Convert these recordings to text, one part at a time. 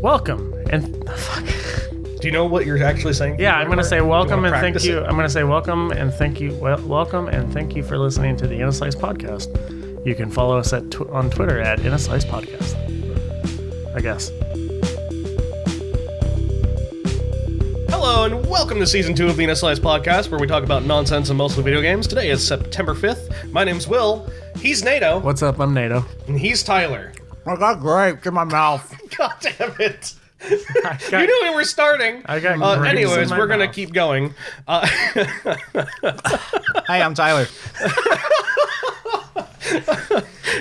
welcome and fuck. Do you know what you're actually saying? Yeah, I'm gonna say welcome wanna and thank practice you. it? I'm gonna say welcome and thank you. Well, welcome and thank you for listening to the Inner Slice podcast. You can follow us at tw- on Twitter at Inner Slice podcast. I guess. Hello and welcome to season two of the Slice Podcast, where we talk about nonsense and mostly video games. Today is September 5th. My name's Will. He's NATO, What's up? I'm NATO. and he's Tyler. I got grapes in my mouth. God damn it. got- you knew we were starting. I got Uh, grapes in anyways, my we're gonna mouth. keep going. Uh, Hey, I'm Tyler.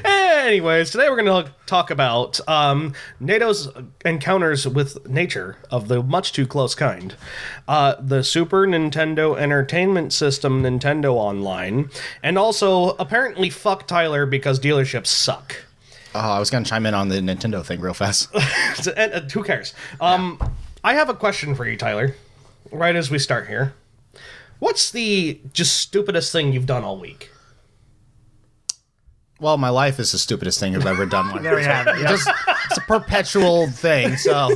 anyways, today we're gonna talk about um, NATO's encounters with nature of the much too close kind, uh, the Super Nintendo Entertainment System, Nintendo Online, and also apparently fuck Tyler because dealerships suck. Oh, I was gonna chime in on the Nintendo thing real fast. So, and, uh, who cares? Um, I have a question for you, Tyler. Right as we start here, what's the just stupidest thing you've done all week? Well, my life is the stupidest thing I've ever done. Like, There we have it. It just it's a perpetual thing, so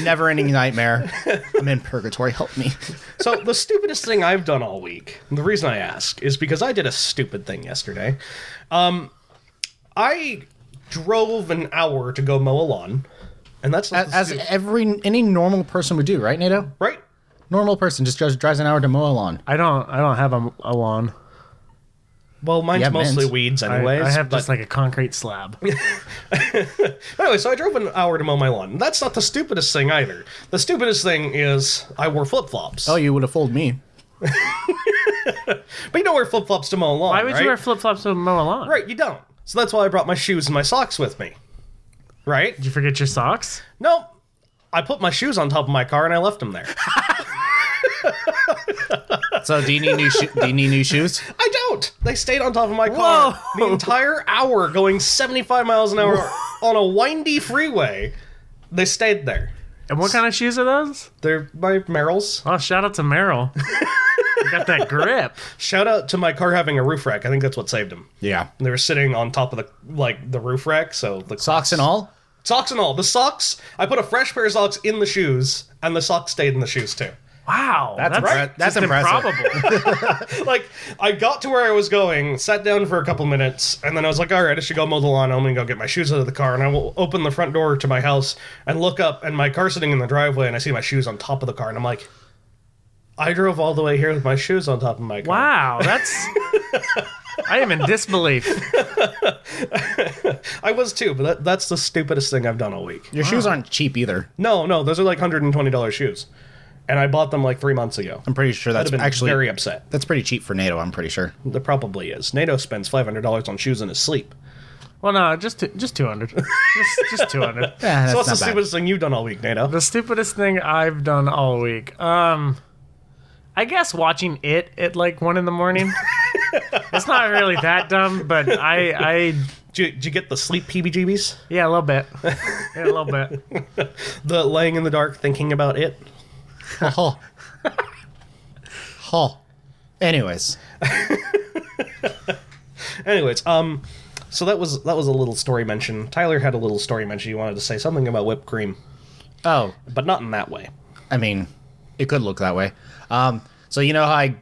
never-ending nightmare. I'm in purgatory. Help me. So the stupidest thing I've done all week. and The reason I ask is because I did a stupid thing yesterday. Um, I drove an hour to go mow a lawn, and that's not As, the as stu- every any normal person would do, right, Nato? right. Normal person just drives, drives an hour to mow a lawn. I don't. I don't have a, a lawn. Well, mine's Yeah, mostly mine's- weeds, I, anyways. I have but- just like a concrete slab. Anyway, so I drove an hour to mow my lawn. That's not the stupidest thing either. The stupidest thing is I wore flip flops. Oh, you would have fooled me. But you don't wear flip flops to mow a lawn. Why would right? you wear flip flops to mow a lawn? Right, you don't. So that's why I brought my shoes and my socks with me. Right? Did you forget your socks? No, I put my shoes on top of my car and I left them there. So, do you need new sho- do you need new shoes? I don't. They stayed on top of my car Whoa. the entire hour, going 75 miles an hour on a windy freeway. They stayed there. And what kind of shoes are those? They're my Merrills. Oh, shout out to Merrill. You got that grip. Shout out to my car having a roof rack. I think that's what saved them. Yeah, And they were sitting on top of the like the roof rack, so the socks and all. socks and all. The socks. I put a fresh pair of socks in the shoes, and the socks stayed in the shoes too. Wow, that's impre- just that's impressive. improbable. like I got to where I was going, sat down for a couple minutes, and then I was like, "All right, I should go mow the lawn. I'm gonna go get my shoes out of the car." And I will open the front door to my house and look up, and my car's sitting in the driveway, and I see my shoes on top of the car, and I'm like, "I drove all the way here with my shoes on top of my car." wow, that's. I am in disbelief. I was too, but that, that's the stupidest thing I've done all week. Your shoes aren't cheap either. No, no, those are like hundred and twenty dollars shoes, and I bought them like three months ago. I'm pretty sure I'd have that's been actually very upset. that's pretty cheap for NATO. I'm pretty sure. That probably is. NATO spends five hundred dollars on shoes in his sleep. Well, no, just t- just two hundred. Just, just two hundred. Yeah, so what's the that's not bad. stupidest thing you've done all week, NATO? The stupidest thing I've done all week. Um, I guess watching it at like one in the morning. it's not really that dumb, but I, I, Did you, did you get the sleep PBGBs? yeah, a little bit, yeah, a little bit. The laying in the dark, thinking about it. Huh. Huh. Anyways, Anyways, um, so that was that was a little story mention. Tyler had a little story mention. He wanted to say something about whipped cream, oh, but not in that way. I mean, it could look that way. Um, so you know how I,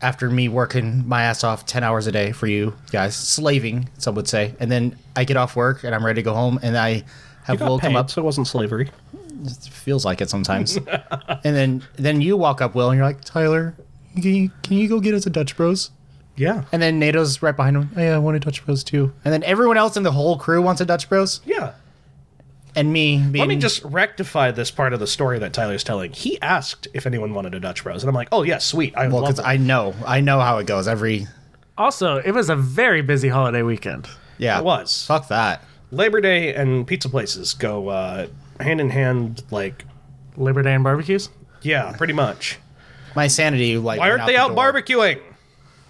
after me working my ass off ten hours a day for you guys, slaving, some would say, and then I get off work and I'm ready to go home, and I have Will come up. so it wasn't slavery. Feels like it sometimes. and then then you walk up, Will, and you're like, Tyler, can you, can you go get us a Dutch Bros? Yeah, And then NATO's right behind him. Oh, yeah, I want a Dutch Bros too. And then everyone else in the whole crew wants a Dutch Bros. yeah. And me being Let me just rectify this part of the story that Tyler's telling. He asked if anyone wanted a Dutch Bros, and I'm like, oh yeah, sweet. I Well, love because them. I know, I know how it goes. Every Also, it was a very busy holiday weekend. yeah, It was. Fuck that. Labor Day and pizza places go uh, hand in hand. Like, Labor Day and barbecues. yeah, pretty much. My sanity, like, Why went aren't they the out door. barbecuing?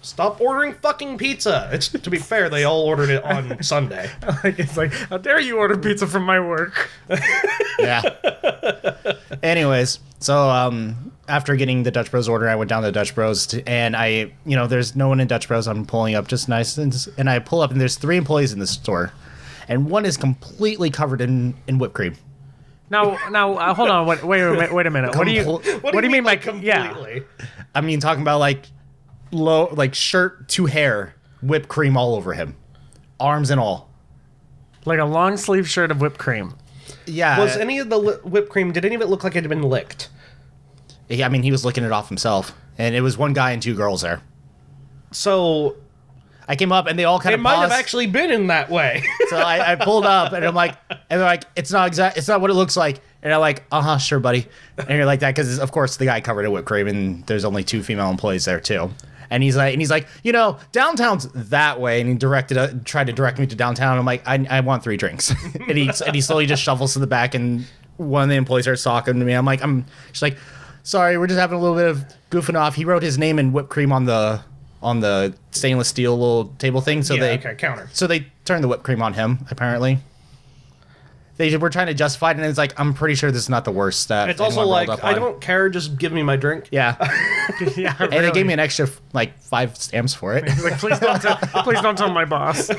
Stop ordering fucking pizza. It's to be fair, they all ordered it on Sunday. Like it's like, how dare you order pizza from my work? Yeah. Anyways, so um, after getting the Dutch Bros order, I went down to Dutch Bros to, and I, you know, there's no one in Dutch Bros. I'm pulling up just nice, and, and I pull up and there's three employees in the store, and one is completely covered in in whipped cream. Now, now, uh, hold on. Wait, wait, wait, wait a minute. What do you? Compl- What do you mean by like, yeah? completely? I mean, talking about like low, like shirt to hair, whipped cream all over him, arms and all. Like a long sleeve shirt of whipped cream. Yeah, Was any of the li- whipped cream? Did any of it look like it had been licked? yeah. I mean, he was licking it off himself, and it was one guy and two girls there. So I came up and they all kind it of might have paused. actually been in that way. So I, I pulled up and I'm like, and they're like, it's not exact, it's not what it looks like. And I'm like, uh huh, sure, buddy. And you're like that because of course the guy covered in whipped cream and there's only two female employees there too. And he's like, and he's like, you know, downtown's that way. And he directed, uh, tried to direct me to downtown. I'm like, I, I want three drinks. and he and he slowly just shovels to the back. And one of the employees starts talking to me. I'm like, I'm, she's like, sorry, we're just having a little bit of goofing off. He wrote his name in whipped cream on the on the stainless steel little table thing. So Yeah, they okay, counter. so they turned the whipped cream on him, apparently. They were trying to justify it, and it's like, I'm pretty sure this is not the worst that It's also anyone like rolled up I on. don't care. Just give me my drink. Yeah. yeah. And they gave me an extra, like, five stamps for it. Like, please don't, tell, please don't tell my boss.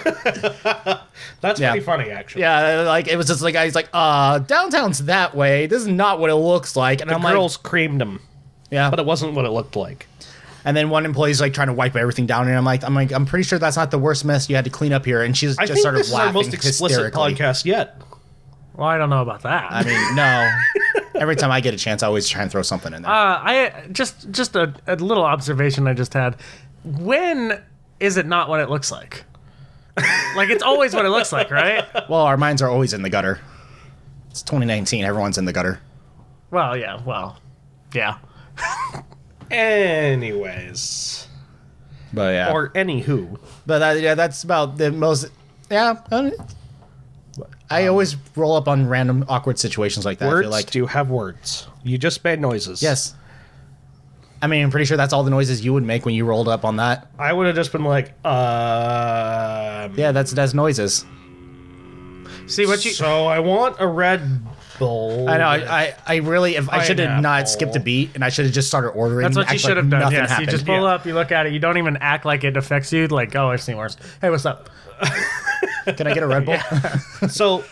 That's Yeah. pretty funny, actually. yeah, like, it was just like, I was like, uh, downtown's that way. This is not what it looks like. And The I'm girls creamed him, like, yeah. but it wasn't what it looked like. And then one employee's like trying to wipe everything down, and I'm like, I'm like, I'm pretty sure that's not the worst mess you had to clean up here. And she's I just think started this is laughing our most explicit hysterically. podcast yet. Well, I don't know about that. I mean, no. Every time I get a chance, I always try and throw something in there. Uh, I just just a, a little observation I just had. When is it not what it looks like? like it's always what it looks like, right? Well, our minds are always in the gutter. It's 2019. Everyone's in the gutter. Well, yeah, well, yeah. Anyways, But yeah. or anywho, but that, yeah, that's about the most. Yeah. I don't- I always roll up on random awkward situations like that. I words. feel like do you have words? You just made noises. yes. I mean, I'm pretty sure that's all the noises you would make when you rolled up on that. I would have just been like, um. Yeah, that's that's noises. See what you So I want a Red Bull. I know. I, I, I really if I should have Pineapple. not skipped a beat and I should have just started ordering. that's what act you should like have done. nothing Yes, you happened. just pull Yeah. up, you look at it, you don't even act like it affects you. Like, oh, I've seen worse. Hey, what's up? Can I get a Red Bull? so,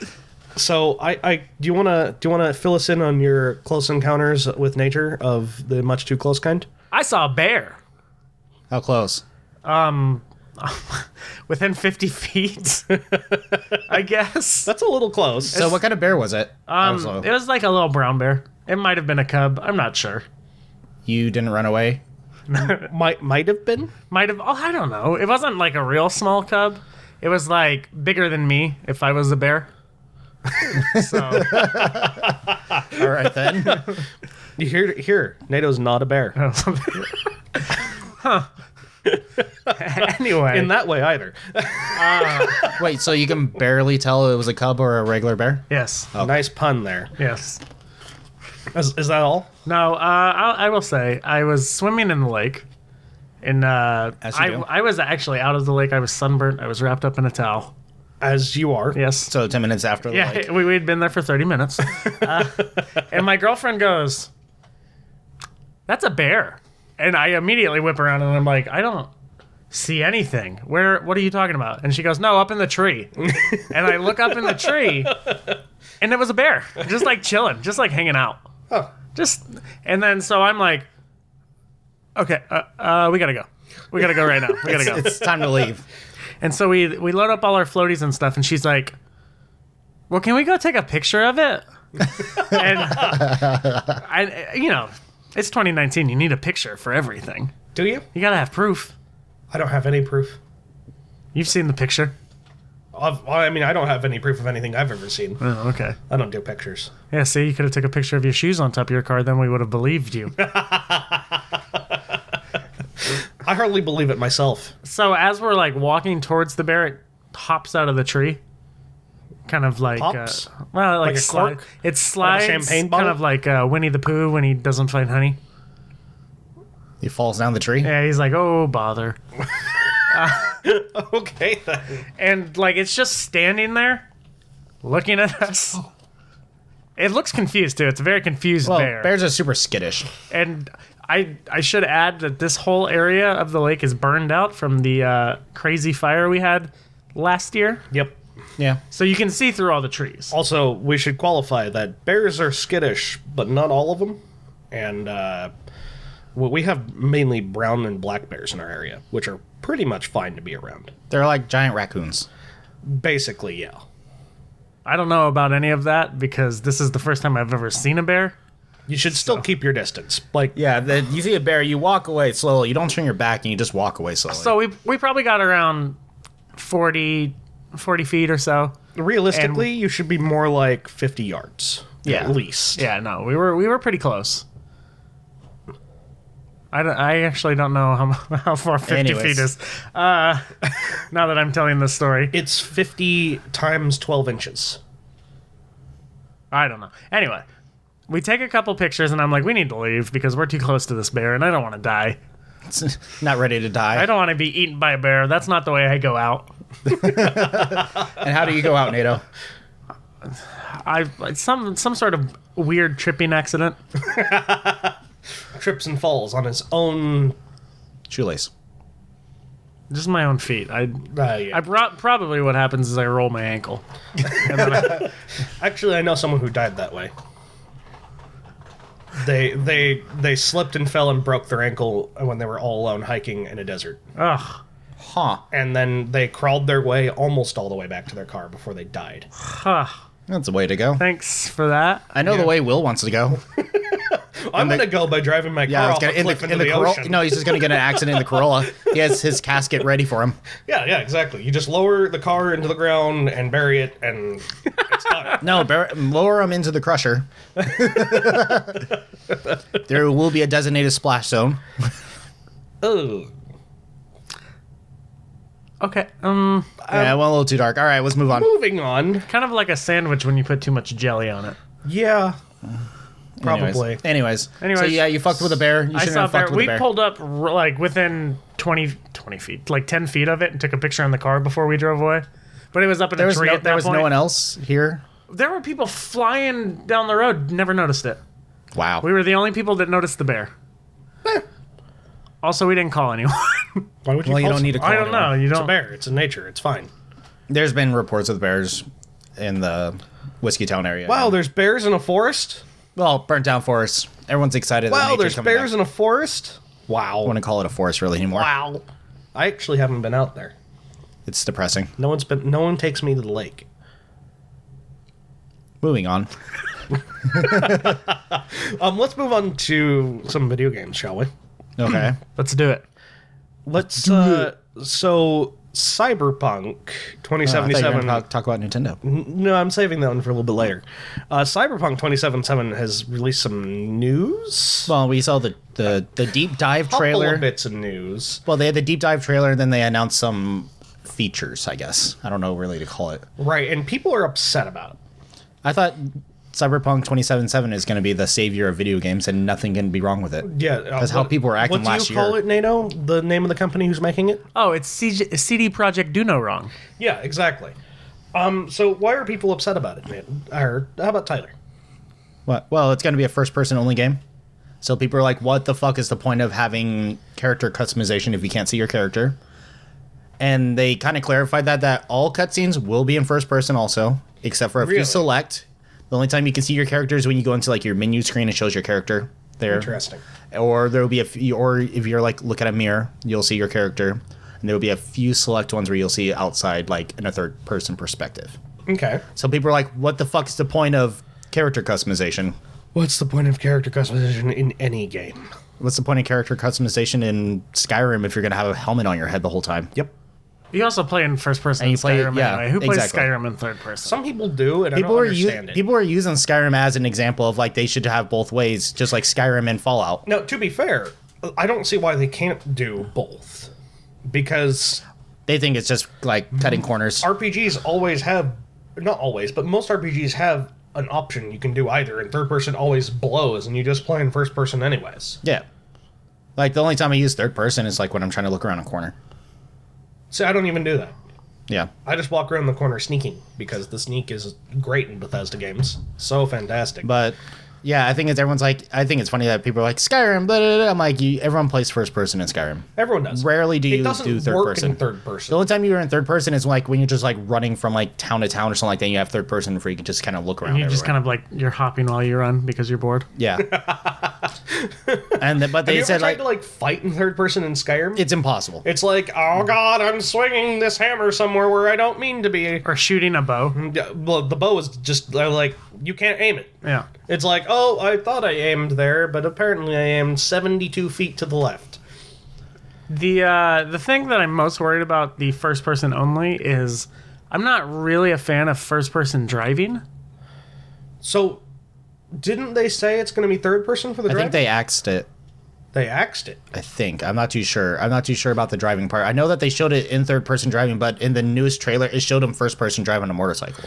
so I, I do you want to do you want to fill us in on your close encounters with nature of the much too close kind? I saw a bear um, How close? within 50 feet. I guess That's a little close. So what kind of bear was it? um, Also, it was like a little brown bear. It might have been a cub. I'm not sure. you didn't run away. might might have been. might have oh i don't know it wasn't like a real small cub it was like bigger than me if i was a bear so All right then. You hear here, NATO's not a bear Huh. anyway in that way either. Wait, so you can barely tell it was a cub or a regular bear? yes Nice pun there. yes Is, is that all? no uh, I, I will say i was swimming in the lake and uh, As you I, do. I was actually out of the lake i was sunburnt i was wrapped up in a towel As you are. yes So ten minutes after the yeah like, we, we'd been there for 30 minutes Uh, and my girlfriend goes that's a bear and i immediately whip around and i'm like i don't see anything where what are you talking about and she goes no up in the tree and i look up in the tree and it was a bear just like chilling just like hanging out Huh. just and then so i'm like okay uh, uh, we gotta go we gotta go right now we gotta go it's time to leave. and so we we load up all our floaties and stuff, and she's like, "Well, can we go take a picture of it?" and I, you know, it's 2019. You need a picture for everything. Do you? You gotta have proof. I don't have any proof. You've seen the picture. Of, I mean, I don't have any proof of anything I've ever seen. Oh, okay. I don't do pictures. Yeah. See, you could have took a picture of your shoes on top of your car. Then we would have believed you. I hardly believe it myself. so as we're like walking towards the bear, it hops out of the tree. Kind of like, Pops? Uh, well, like, Like a slide- cork? It slides, champagne kind bottle? of like uh, Winnie the Pooh when he doesn't find honey. He falls down the tree. Yeah, he's like, oh bother. Okay, then. and like it's just standing there looking at us it looks confused too it's a very confused Well, bear bears are super skittish. and i i should add that this whole area of the lake is burned out from the uh, crazy fire we had last year Yep. Yeah. So you can see through all the trees. Also, we should qualify that bears are skittish, but not all of them. And uh, well, we have mainly brown and black bears in our area, which are pretty much fine to be around. They're like giant raccoons. Basically, yeah. I don't know about any of that because this is the first time I've ever seen a bear. You should still keep your distance. Like, Yeah, the, you see a bear, you walk away slowly. You don't turn your back and you just walk away slowly. So we we probably got around 40, 40 feet or so. realistically, you should be more like 50 yards. Yeah. At least. Yeah, no, we were we were pretty close. I, don't- I actually don't know how mu- how far fifty feet Anyways. is. Uh, now that I'm telling this story, It's 50 times 12 inches. I don't know. Anyway, we take a couple pictures, and I'm like, we need to leave because we're too close to this bear, and I don't want to die. not ready to die. I don't want to be eaten by a bear. That's not the way I go out. And how do you go out, NATO? I it's some some sort of weird tripping accident. Trips and falls on its own. Shoelace. Just my own feet. I Uh, yeah. I pro- probably what happens is I roll my ankle. And then I, Actually, I know someone who died that way. They they they slipped and fell and broke their ankle when they were all alone hiking in a desert, ugh. Huh. and then they crawled their way almost all the way back to their car before they died. Huh. That's the way to go. Thanks for that. I know the way Will wants to go. I'm gonna go by driving my Yeah, car it's off gonna, a in the, cliff in into the the, Corolla. ocean. No, he's just going to get in an accident in the Corolla. He has his casket ready for him. Yeah, yeah, exactly. You just lower the car into the ground and bury it, and it's done. No, bar- lower him into the crusher. there will be a designated splash zone. Ugh. Okay. Um, yeah, well, a little too dark. All right, let's move on. Moving on. kind of like a sandwich when you put too much jelly on it. Yeah, Anyways. probably. Anyways. Anyways. So Anyways. yeah, you fucked with a bear. You I shouldn't saw have bear. fucked with We a bear. pulled up r- like within 20, 20 feet, like ten feet of it, and took a picture on the car before we drove away. But it was up in there a was, tree no, at that there was point. no one else here. There were people flying down the road. Never noticed it. Wow. We were the only people that noticed the bear. also, we didn't call anyone. Why would you? well, you call don't need to call I don't anyone. know. You someone- It's a don't. bear. It's in nature. It's fine. There's been reports of bears in the Whiskey Town area. Wow, there's bears in a forest. Well, burnt down forests. Everyone's excited. that Wow, nature's there's coming bears Back. in a forest. I Wow. wouldn't call it a forest really anymore. Wow. I actually haven't been out there. It's depressing. No one's been. No one takes me to the lake. Moving on. Um, let's move on to some video games, shall we? Okay. Uh, Let's do it. Let's. Uh, so, Cyberpunk Uh, I thought you were gonna 2077. talk, talk about Nintendo. no, I'm saving that one for a little bit later. Uh, Cyberpunk 2077 has released some news. Well, we saw the the, the deep dive Couple trailer. of bits of news. Well, they had the deep dive trailer, and then they announced some features. I guess I don't know really to call it. Right, and people are upset about it. I thought Cyberpunk 2077 is going to be the savior of video games, and nothing can be wrong with it. Yeah, uh, That's how what- people were acting what last do you call year. it, NATO? The name of the company who's making it? Oh, it's CG- CD Project Do No Wrong. Yeah, exactly. Um, so why are people upset about it, man? Or how about Tyler? What? Well, it's going to be a first person only game. So people are like, what the fuck is the point of having character customization if you can't see your character? And they kind of clarified that that all cutscenes will be in first person also, except for if Really? you select. The only time you can see your character is when you go into like your menu screen and shows your character there. Interesting. Or there will be a few, or if you're like look at a mirror, you'll see your character, and there will be a few select ones where you'll see outside, like in a third person perspective. Okay. So people are like, what the fuck is the point of character customization? What's the point of character customization in any game? What's the point of character customization in Skyrim if you're gonna have a helmet on your head the whole time? Yep. You also play in first person And in you play- Skyrim yeah, anyway. Who plays exactly. Skyrim in third person? Some people do, and I People are don't u- understand it. people are using Skyrim as an example of like they should have both ways, just like Skyrim and Fallout. Now, to be fair, I don't see why they can't do both, because They think it's just like cutting Mm. corners. RPGs always have, not always, but most RPGs have an option you can do either, and third person always blows, and you just play in first person anyways. Yeah, like the only time I use third person is like when I'm trying to look around a corner. So I don't even do that. Yeah, I just walk around the corner sneaking because the sneak is great in Bethesda games. So fantastic. but Yeah, I think it's everyone's like. I think it's funny that people are like Skyrim. Blah, blah, blah. I'm like, you, everyone plays first person in Skyrim. Everyone does. Rarely do It you doesn't do third work person. in third The person. only time you're in third person is like when you're just like running from like town to town or something like that. And you have third person where you can just kind of look around. You're just kind of like you're hopping while you run because you're bored. yeah. and the, but Have they you ever said tried like to like fight in third person in Skyrim? it's Mm. impossible. it's like, oh god, I'm swinging this hammer somewhere where I don't mean to be. Or shooting a bow. Yeah, Well, the bow is just uh, like you can't aim it. Yeah. It's like, oh, I thought I aimed there, but apparently I aimed 72 feet to the left. The uh, the thing that I'm most worried about the first person only is I'm not really a fan of first person driving. So, didn't they say it's going to be third person for the I drive? think they axed it. they axed it. I think I'm not too sure. I'm not too sure about the driving part. I know that they showed it in third person driving, but in the newest trailer, it showed him first person driving a motorcycle.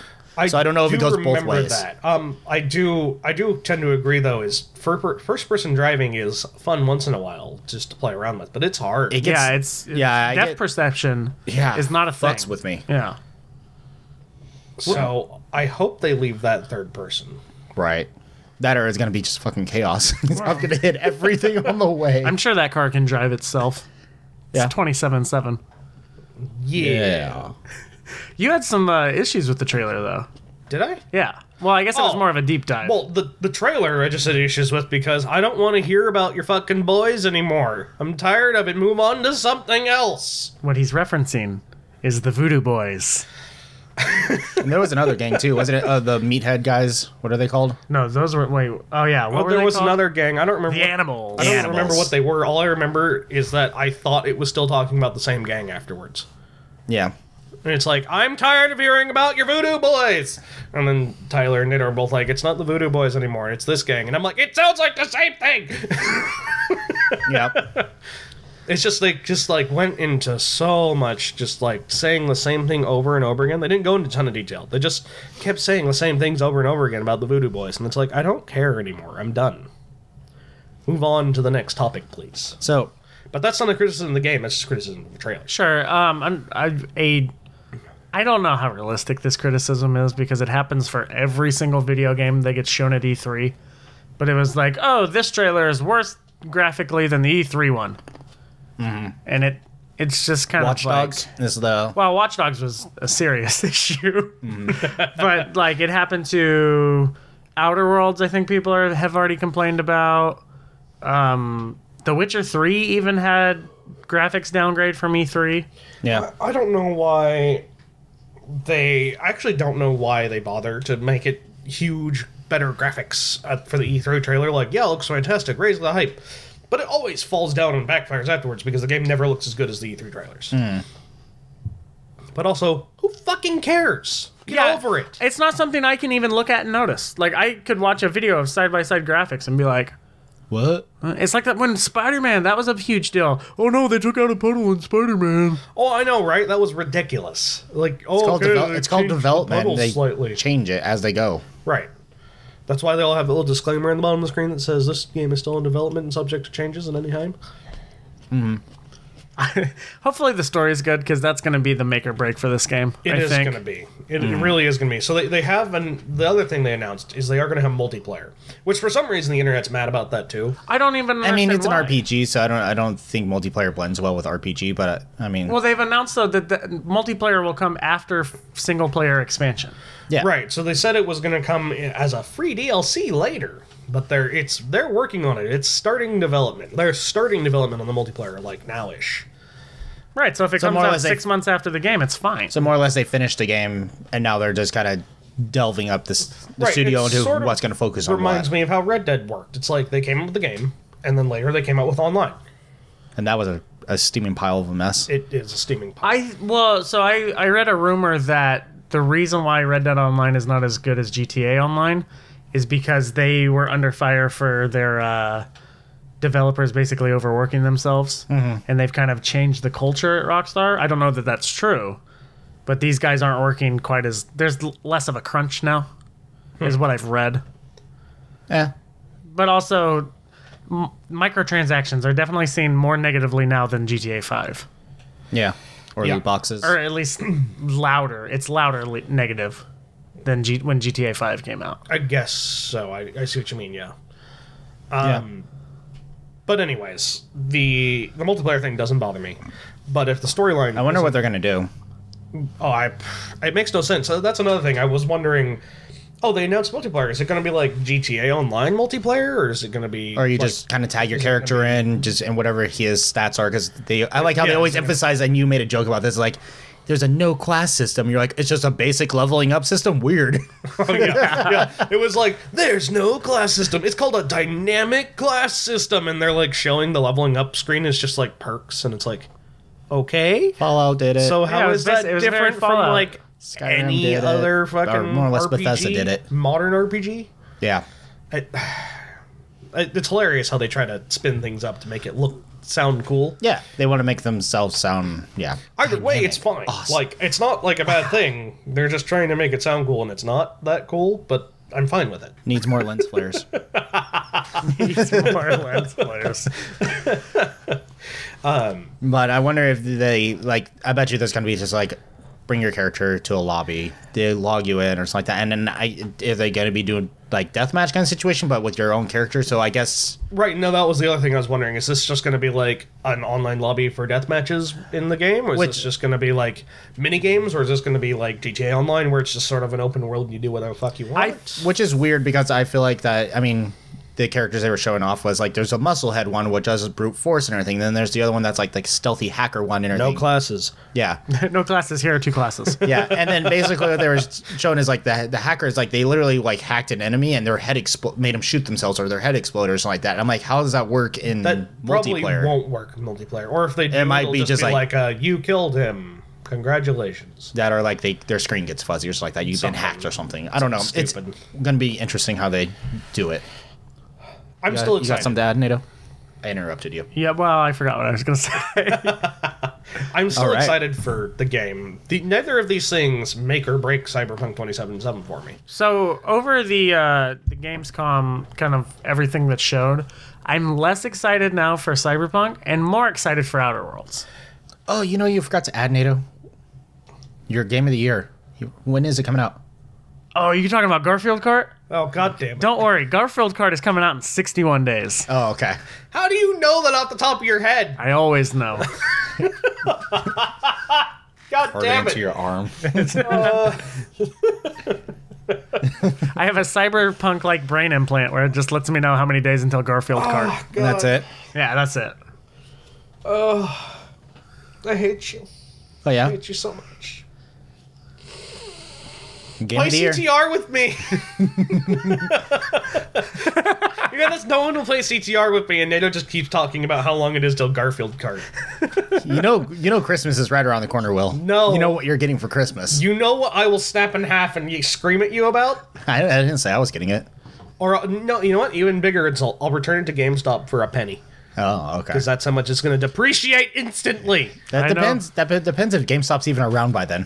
so I don't know if it do goes both remember ways. That. Um, I do. I do tend to agree though. Is fir- first person driving is fun once in a while just to play around with, but it's hard. It gets, yeah, it's, it's yeah, I depth get- perception. yeah, is not a thing. fucks with me. Yeah. so I hope they leave that third person. Right. That or it's gonna be just fucking chaos. it's not gonna hit everything on the way. I'm sure that car can drive itself. Yeah. It's 27-7. Yeah. yeah. You had some uh, issues with the trailer though. Did I? Yeah. Well, I guess it was Oh. more of a deep dive. Well, the the trailer I just had issues with because I don't want to hear about your fucking boys anymore. I'm tired of it. Move on to something else. what he's referencing is the Voodoo Boys. And there was another gang too, wasn't it? Uh, the meathead guys. What are they called? No, those were wait. Oh yeah, what Well, were there they was called? another gang. I don't remember. the what- animals. I don't Animals. remember what they were. All I remember is that I thought it was still talking about the same gang afterwards. Yeah. And it's like, I'm tired of hearing about your voodoo boys. And then Tyler and Nid are both like, it's not the voodoo boys anymore, it's this gang. And I'm like, it sounds like the same thing. Yep. it's just like just like went into so much just like saying the same thing over and over again. They didn't go into a ton of detail. They just kept saying the same things over and over again about the voodoo boys. And it's like, I don't care anymore. I'm done. Move on to the next topic, please. so But that's not a criticism of the game, that's just criticism of the trailer. Sure. Um, I'm, I've a. I don't know how realistic this criticism is because it happens for every single video game that gets shown at E3. But it was like, oh, this trailer is worse graphically than the E3 one, and it it's just kind Mm-hmm. Watch of like, Dogs is the Well, Watch Dogs was a serious issue, Mm-hmm. but like it happened to Outer Worlds. I think people are, have already complained about. Um, the Witcher Three even had graphics downgrade from E E3. yeah. I don't know why they. I actually don't know why they bother to make it huge, better graphics uh, for the E3 trailer. Like, yeah, it looks fantastic, raise the hype. But it always falls down and backfires afterwards because the game never looks as good as the E3 trailers. Hmm. But also, who fucking cares? Get over it. It's not something I can even look at and notice. Like I could watch a video of side by side graphics and be like, What? uh, it's like that when Spider Man. That was a huge deal. Oh no, they took out a puddle in Spider Man. Oh, I know, right? That was ridiculous. Like, oh, It's called, okay, devel- they it's called changed the development. model They slightly. change it as they go. Right. That's why they all have a little disclaimer on the bottom of the screen that says this game is still in development and subject to changes at any time. Hopefully the story's good because that's going to be the make or break for this game. It I is think. Hmm. going to be. It, it really is going to be. So they, they have, and the other thing they announced is they are going to have multiplayer, which for some reason the internet's mad about that too. I don't even. I mean, understand it's why. an RPG, so I don't I don't think multiplayer blends well with RPG. But uh, I mean, Well, they've announced though that the multiplayer will come after f- single player expansion. yeah, Right. So they said it was going to come i- as a free DLC later, but they're it's they're working on it. It's starting development. They're starting development on the multiplayer like nowish. Right. So if it So comes more or out less they- six months after the game, it's fine. So more or less, they finished the game, and now they're just kind of delving up this the Right, studio it's into sort of what's going to focus on Reminds what. me of how Red Dead worked. It's like they came up with the game, and then later they came out with online. And that was a, a steaming pile of a mess. It is a steaming pile. I well, so I I read a rumor that the reason why Red Dead Online is not as good as GTA Online is because they were under fire for their uh, developers basically overworking themselves, and they've kind of changed the culture at Rockstar. I don't know that that's true, but these guys aren't working quite as there's l- less of a crunch now, is what I've read. Eh. but also m- microtransactions are definitely seen more negatively now than GTA 5 Yeah. Or Yeah. loot boxes. or at least louder it's louder le- negative than G- when GTA 5 came out. I guess so. I, I see what you mean. Yeah. Um, But anyways, the the multiplayer thing doesn't bother me. But if the storyline, I wonder what they're gonna do. Oh, I it makes no sense. So That's another thing. I was wondering. Oh, they announced multiplayer. Is it going to be like GTA Online multiplayer, or is it going to be? Or you like- just kind of tag your character in, just and whatever his stats are, because they. I like how Yeah, they always it's like a- emphasize, and you made a joke about this, like. There's a no class system. You're like, it's just a basic leveling up system. Weird. Oh, yeah, yeah. It was like there's no class system. It's called a dynamic class system, and they're like showing the leveling up screen is just like perks, and it's like, okay. Fallout did it. So Yeah, how it was is basi- it that was very different from Fallout. like Skyrim any did it, other or fucking more or less RPG, Bethesda did it. modern RPG? yeah, It- It's hilarious how they try to spin things up to make it look sound cool. yeah. They want to make themselves sound. Yeah. Either way, it's fine. Like it's not like a bad thing. They're just trying to make it sound cool, and it's not that cool. But I'm fine with it. Needs more lens flares. It's more lens flares. But I wonder if they like. I bet you there's gonna be just like bring your character to a lobby. They log you in or something like that. And then I are they gonna be doing like deathmatch kind of situation, but with your own character? So I guess Right. No, that was the other thing I was wondering. Is this just going to be like an online lobby for death matches in the game, or is this Which- just going to be like mini games, or is this going to be like GTA Online, where it's just sort of an open world and you do whatever the fuck you want? which is weird because I feel like that. I mean, the characters they were showing off was like there's a musclehead one which does brute force and everything. Then there's the other one that's like the stealthy hacker one and no everything. classes. yeah, no classes here, two classes. yeah. And then basically what they were showing is like the the hackers like they literally like hacked an enemy and their head expl- made them shoot themselves or their head exploded or something like that. And I'm like, how does that work in That probably multiplayer? won't work in multiplayer. Or if they do, It might it'll be just like, uh, you killed him. Congratulations. that are like they their screen gets fuzzy or something like that. You've Something. been hacked or something. I don't know. Stupid. It's gonna be interesting how they do it. I'm still you got excited. something to add, Nato? I interrupted you. yeah, well, I forgot what I was going to say. I'm still All right. excited for the game. The, neither of these things make or break Cyberpunk 2077 for me. So over the uh, the Gamescom kind of everything that showed, I'm less excited now for Cyberpunk and more excited for Outer Worlds. Oh, you know you forgot to add Nato. Your game of the year. You- When is it coming out? Oh, you talking about Garfield Cart? Oh god damn it. Don't worry, Garfield Cart is coming out in 61 days. Oh, okay. How do you know that off the top of your head? I always know. God Or damn it. into your arm. I have a cyberpunk like brain implant where it just lets me know how many days until Garfield Cart. God, That's it. Yeah, that's it. I hate you. Oh yeah. I hate you so much. Game Play of the year. CTR with me. you know, that's no one will play CTR with me, and Nato just keeps talking about how long it is till Garfield cart. You know, you know, Christmas is right around the corner. Will No. You know what you're getting for Christmas. You know what I will snap in half and ye- scream at you about? I, I didn't say I was getting it. Or uh, no, you know what? Even bigger insult. I'll return it to GameStop for a penny Oh, okay. because that's how much it's going to depreciate instantly. That I know. depends. That pe- depends if GameStop's even around by then.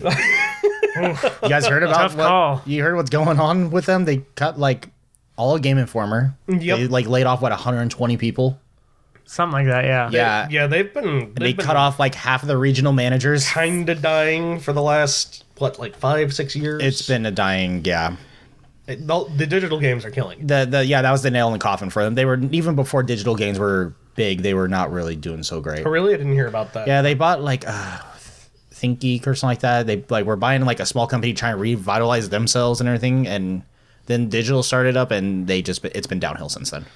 you guys heard about Tough what, call. you heard what's going on with them? They cut like all of Game Informer. Yep. They like laid off what 120 people. Something like that, yeah. Yeah. yeah, they've been They they've been cut off like half of the regional managers. kind of dying for the last what like five six years. It's been a dying. Yeah. It- the, the digital games are killing. The the yeah that was the nail in the coffin for them. They were even before digital games were big. They were not really doing so great. Oh, really? I didn't hear about that. Yeah, they bought like uh, ThinkGeek or something like that. They like were buying like a small company trying to revitalize themselves and everything, and then digital started up, and they just it's been downhill since then.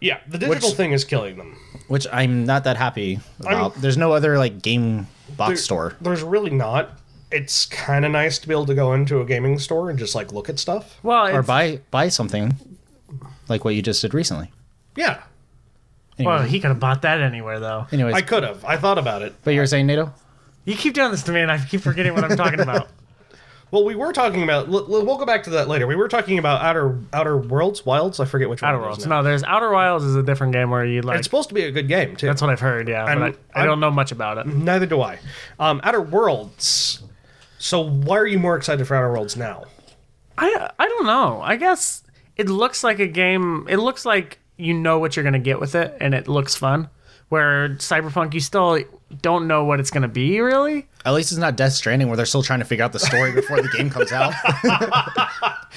Yeah, the digital Which- thing is killing them. Which I'm not that happy about. There's no other like game box store. There's really not. It's kind of nice to be able to go into a gaming store and just like look at stuff. Well, Or it's, buy buy something like what you just did recently. Yeah, well, he could have bought that anywhere though. Anyways, I could have. I thought about it. but you were saying NATO? You keep doing this to me, and I keep forgetting what I'm talking about. Well, we were talking about. l- l- We'll go back to that later. We were talking about outer outer worlds, wilds. I forget which one Outer it is Worlds. now. No, there's Outer Wilds is a different game where you like. It's supposed to be a good game too. that's what I've heard. Yeah, I'm- but I, I I'm- Mm-hmm. don't know much about it. Neither do I. Um, outer worlds. So why are you more excited for outer worlds now? I I don't know. I guess it looks like a game. It looks like you know what you're gonna get with it, and it looks fun. where Cyberpunk you still don't know what it's gonna be really. At least it's not Death Stranding where they're still trying to figure out the story before the game comes out.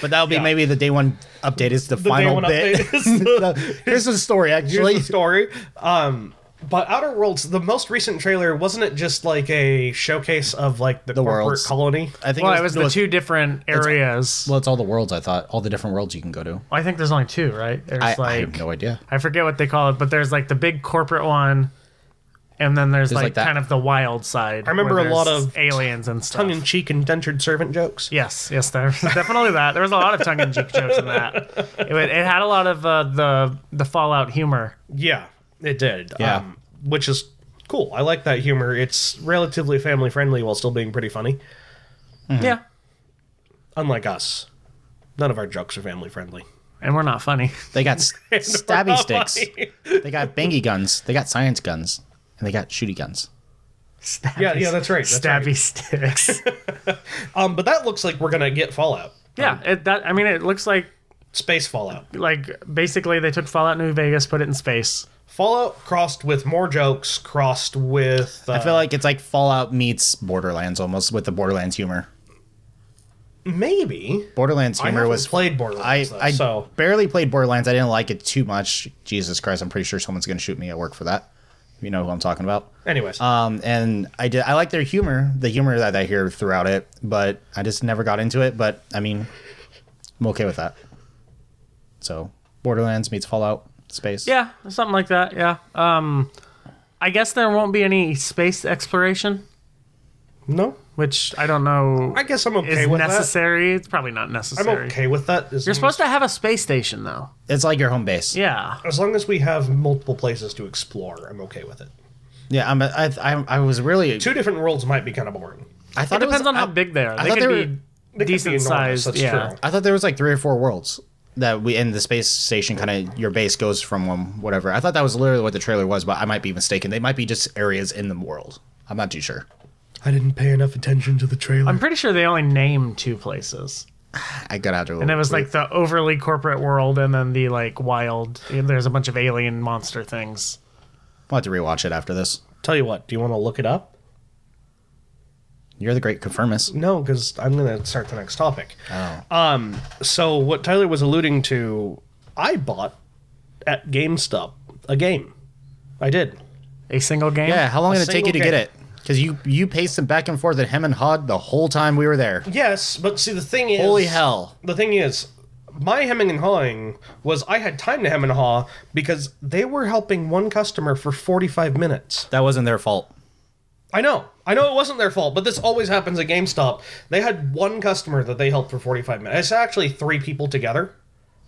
but that'll be maybe the day one update is the, day final one bit. update is the- No, here's the story Here's actually. the story. Um, but Outer Worlds, the most recent trailer, wasn't it just like a showcase of like the, corporate worlds. colony? I think Well, it it was the two different areas. Well, it's all the worlds. I thought all the different worlds you can go to. I think there's only two, right? There's I, like I have no idea. I forget what they call it, but there's like the big corporate one, and then there's, like, like that- kind of the wild side. I remember a lot of aliens and stuff. Tongue in cheek indentured servant jokes. yes, yes, there's definitely that. There was a lot of tongue in cheek jokes in that. It, wa- it had a lot of uh, the the Fallout humor. Yeah, it did. Um, Yeah. which is cool. I like that humor. It's relatively family friendly while still being pretty funny. Yeah, Unlike us, none of our jokes are family friendly. and we're not funny. They got s- stabby sticks. They got bangy guns. They got science guns, and they got shooty guns. Stabby, Yeah, yeah, that's right. That's stabby right. sticks. Um, but that looks like we're gonna get Fallout, yeah, it, that. I mean, it looks like space Fallout. like basically they took Fallout New Vegas, put it in space. Fallout crossed with more jokes, crossed with. Uh, I feel like it's like Fallout meets Borderlands almost with the Borderlands humor. maybe Borderlands I humor haven't was played I, Borderlands. though, I so barely played Borderlands. I didn't like it too much. Jesus Christ, I'm pretty sure someone's gonna shoot me at work for that. If You know who I'm talking about. anyways, Um, and I did. I like their humor, the humor that I hear throughout it, but I just never got into it. But I mean, I'm okay with that. So Borderlands meets Fallout space. Yeah, something like that. Yeah. Um, I guess there won't be any space exploration, no, which I don't know I guess I'm okay is with necessary. It's probably not that. I'm necessary. okay with that. As You're long supposed to have a space station, though. it's like your home base. Yeah. as long as we have multiple places to explore, I'm okay with it. yeah. I'm. I, I, I was really. Two different worlds might be kind of boring. I It thought depends was, on how I- big they are. I They thought could be they They could be decent enormous, sized. that's yeah. true. I thought there was like three or four worlds that we in the space station kind of your base goes from one whatever. I thought that was literally what the trailer was, but I might be mistaken. They might be just areas in the world. I'm not too sure. I didn't pay enough attention to the trailer. I'm pretty sure they only named two places, I got out to. and it was like the overly corporate world, and then the like wild. There's a bunch of alien monster things. I'll have to rewatch it after this. Tell you what, do you want to look it up? You're the great confirmist. Oh. No, because I'm going to start the next topic. Um, so what Tyler was alluding to, I bought at GameStop a game. I did. A single game. Yeah, how long A did it take you to single get game. it? Because you you paced them back and forth at hem and hawed the whole time we were there. Yes, but see the thing is, Holy hell! The thing is, my hemming and hawing was I had time to hem and haw because they were helping one customer for 45 minutes. That wasn't their fault. I know. I know it wasn't their fault, but this always happens at GameStop. They had one customer that they helped for 45 minutes. It's actually three people together,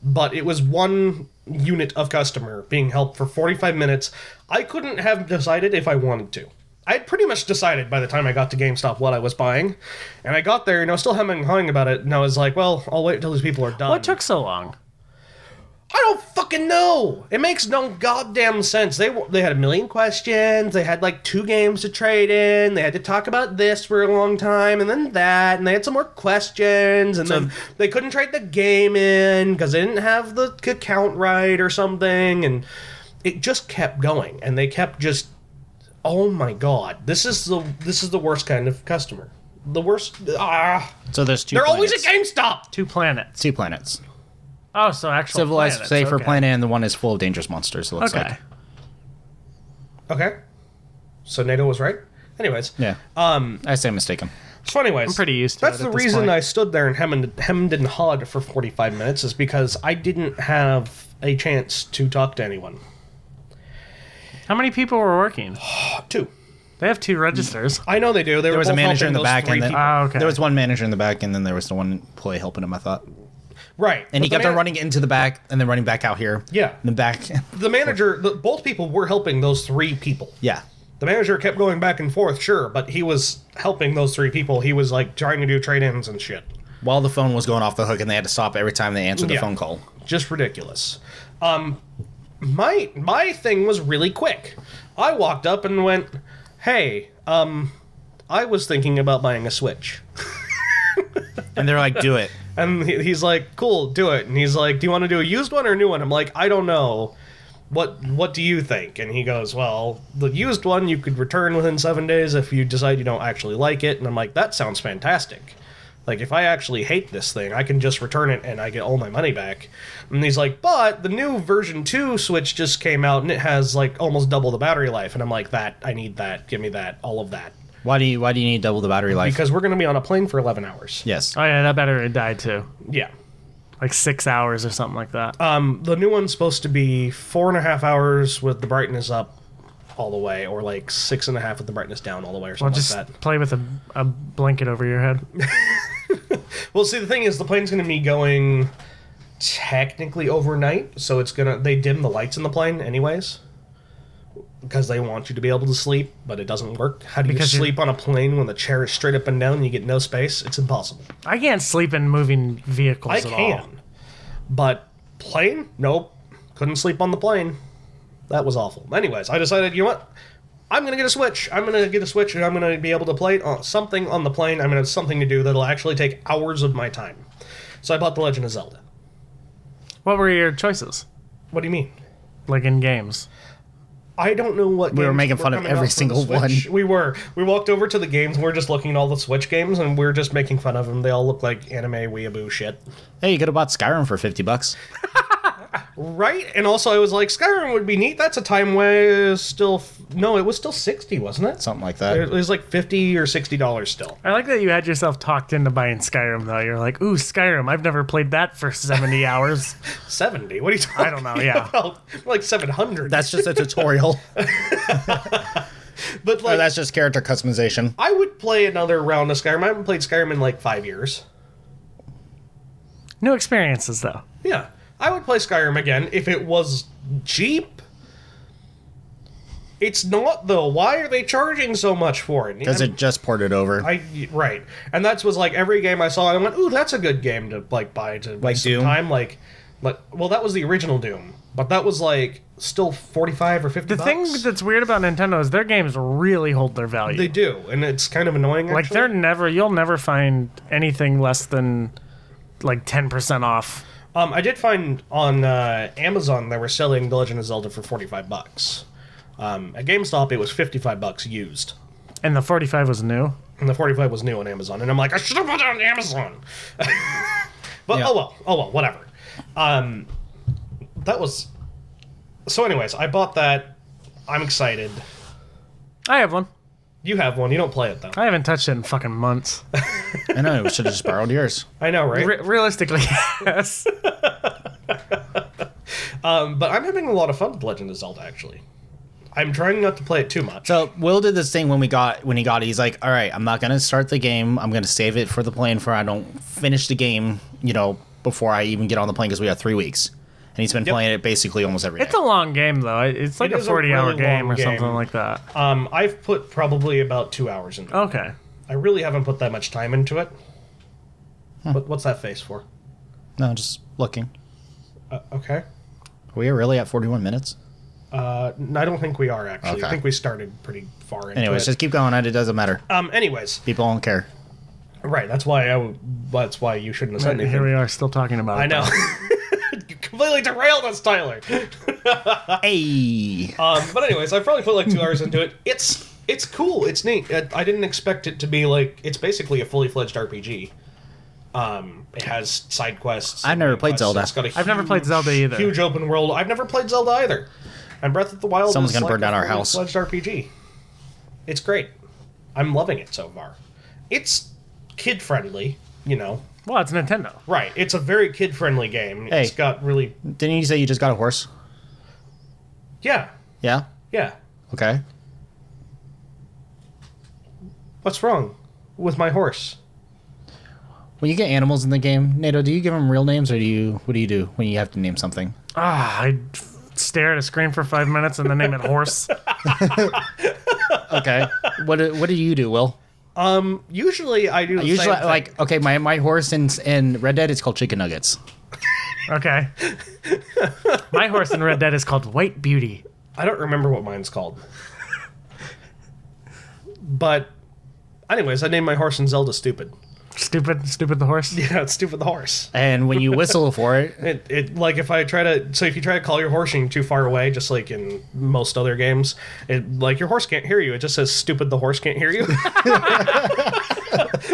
but it was one unit of customer being helped for 45 minutes. I couldn't have decided if I wanted to. I had pretty much decided by the time I got to GameStop what I was buying, and I got there and I was still hemming and hawing about it, and I was like, well, I'll wait until these people are done. What took so long? I don't fucking know. It makes no goddamn sense. They they had a million questions. They had like two games to trade in. They had to talk about this for a long time, and then that, and they had some more questions, and then they couldn't trade the game in because they didn't have the c- account right or something, and it just kept going, and they kept just, oh my god, this is the this is the worst kind of customer. The worst. Ah, So there's two. they're always planets. at GameStop. Two planets. Two planets. Oh, so actual Civilized, planets. safer okay. planet, and the one is full of dangerous monsters. It looks Okay. like. Okay, so NATO was right. Anyways. Yeah. Um, I say mistaken. So, anyways, I'm pretty used to That's it the at this reason point. I stood there and hemmed, hemmed and hawed for 45 minutes is because I didn't have a chance to talk to anyone. How many people were working? Two. They have two registers. I know they do. They There were was a both manager in the helping those back, three and then people. Ah, okay. there was one manager in the back, and then there was the one employee helping him. I thought, right, and he But kept the on man- running into the back, and then running back out here. Yeah. and then back. The manager, the, both people were helping those three people. yeah, The manager kept going back and forth, sure, but he was helping those three people. He was like trying to do trade ins and shit. while the phone was going off the hook, and they had to stop every time they answered the Yeah. phone call. just ridiculous. Um, my my thing was really quick. I walked up and went, "Hey, um, I was thinking about buying a Switch." And they're like, "Do it." And he- he's like, "Cool, do it." And he's like, "Do you want to do a used one or a new one?" I'm like, "I don't know." what what do you think? And he goes, well, the used one you could return within seven days if you decide you don't actually like it. And I'm like, that sounds fantastic. Like if I actually hate this thing, I can just return it and I get all my money back. And he's like, but the new version two Switch just came out and it has like almost double the battery life. And I'm like, that I need that. Give me that. All of that. Why do you Why do you need double the battery life? Because we're gonna be on a plane for eleven hours. yes. Oh yeah, that battery died too. Yeah. Like six hours or something like that. Um, the new one's supposed to be four and a half hours with the brightness up all the way, or like six and a half with the brightness down all the way, or I'll something just like that. play with a, a blanket over your head. Well, see, the thing is, the plane's going to be going technically overnight, so it's gonna they dim the lights in the plane anyways because they want you to be able to sleep, but it doesn't work. How do Because you you're- sleep on a plane when the chair is straight up and down and you get no space? It's impossible. I can't sleep in moving vehicles I at all. can, but plane? Nope. Couldn't sleep on the plane. That was awful. Anyways, I decided, you know what? I'm gonna get a switch. I'm gonna get a switch, and I'm gonna be able to play on something on the plane. I'm gonna have something to do that'll actually take hours of my time. So I bought The Legend of Zelda. What were your choices? What do you mean? Like in games. I don't know what We were games making fun of coming every out for the single Switch. We were. We walked over to the games. and We are just looking at all the Switch games, and we are just making fun of them. They all look like anime weeaboo shit, Hey, you could have bought Skyrim for fifty bucks. right? And also, I was like, Skyrim would be neat. That's a time where still f- no, it was still sixty, wasn't it? Something like It that. was like fifty or sixty dollars still. I like that you had yourself talked into buying Skyrim though. You're like, ooh, Skyrim. I've never played that for 70 hours. Seventy? What are you talking? I don't know, yeah. about? Like seven hundred. That's just a tutorial. but or like that's just character customization. I would play another round of Skyrim. I haven't played Skyrim in like five years. New experiences though. Yeah, I would play Skyrim again if it was cheap. It's not though. Why are they charging so much for it? Because it just ported over. I right, and that's was like every game I saw. I went, "Ooh, that's a good game to like buy to like Doom? time." Like, like well, that was the original Doom, but that was like still forty five or fifty. The thing that's weird about Nintendo is their games really hold their value. they do, and it's kind of annoying. like actually. they're never you'll never find anything less than like 10% off. Um, I did find on uh, Amazon they were selling The Legend of Zelda for forty five bucks. Um, at GameStop it was fifty five bucks used. And the 45 was new. and the 45 was new on Amazon, and I'm like, I should have bought it on Amazon. but Yeah. oh well, oh well, whatever. Um, that was. So, anyways, I bought that. I'm excited. I have one. You have one. You don't play it though. I haven't touched it in fucking months. I know. We should have just borrowed yours. I know, right? Re- realistically, yes. Um, but I'm having a lot of fun with Legend of Zelda. Actually, I'm trying not to play it too much. So Will did this thing when we got when he got it. He's like, "All right, I'm not gonna start the game. I'm gonna save it for the plane for I don't finish the game. You know, before I even get on the plane because we have three weeks." And he's been playing it basically almost every day. It's a long game though. It- It's like It a is a 40 hour really game long or something game. like that. Um, I've put probably about two hours into it. Okay. I really haven't put that much time into it. What, what's that face for? no, just looking. Uh, okay. Are we really at 41 minutes? Uh, n- I don't think we are actually. I Okay. think we started pretty far into Anyways, it. just keep going. It doesn't matter. um, anyways, People don't care. right? That's why I. w- That's why you shouldn't have said Here we anything. are still talking about it. I know. you completely derailed us, Tyler. Hey, Um, but anyways, I probably put like two hours into it. It's it's cool. It's neat. I, I didn't expect it to be like. It's basically a fully fledged RPG. Um, it has side quests. I've never main played quests. Zelda. It's got a I've never played huge- Zelda either. Huge open world. I've never played Zelda either. And Breath of the Wild. Someone's is gonna like burn a down our house. fully Fledged RPG. It's great. I'm loving it so far. It's kid friendly. You know, Well, it's Nintendo. right? It's a very kid friendly game. Hey. It's got really didn't you say you just got a horse? yeah Yeah. yeah. Okay. What's wrong with my horse? When you get animals in the game, Nato, do you give them real names or do you? What do you do when you have to name something? Ah, I stare at a screen for five minutes and then name it horse. Okay. what do, What do you do, Will? Um, usually I do. The Usually, same thing. like okay, my, my horse in in Red Dead is called Chicken Nuggets. Okay. My horse in Red Dead is called White Beauty. I don't remember what mine's called. but, anyways, I named my horse in Zelda stupid. Stupid, stupid the horse. Yeah, it's stupid the horse. And when you whistle for it, It, it like if I try to so if you try to call your horse and you're too far away, just like in most other games, it like your horse can't hear you. It just says stupid the horse can't hear you.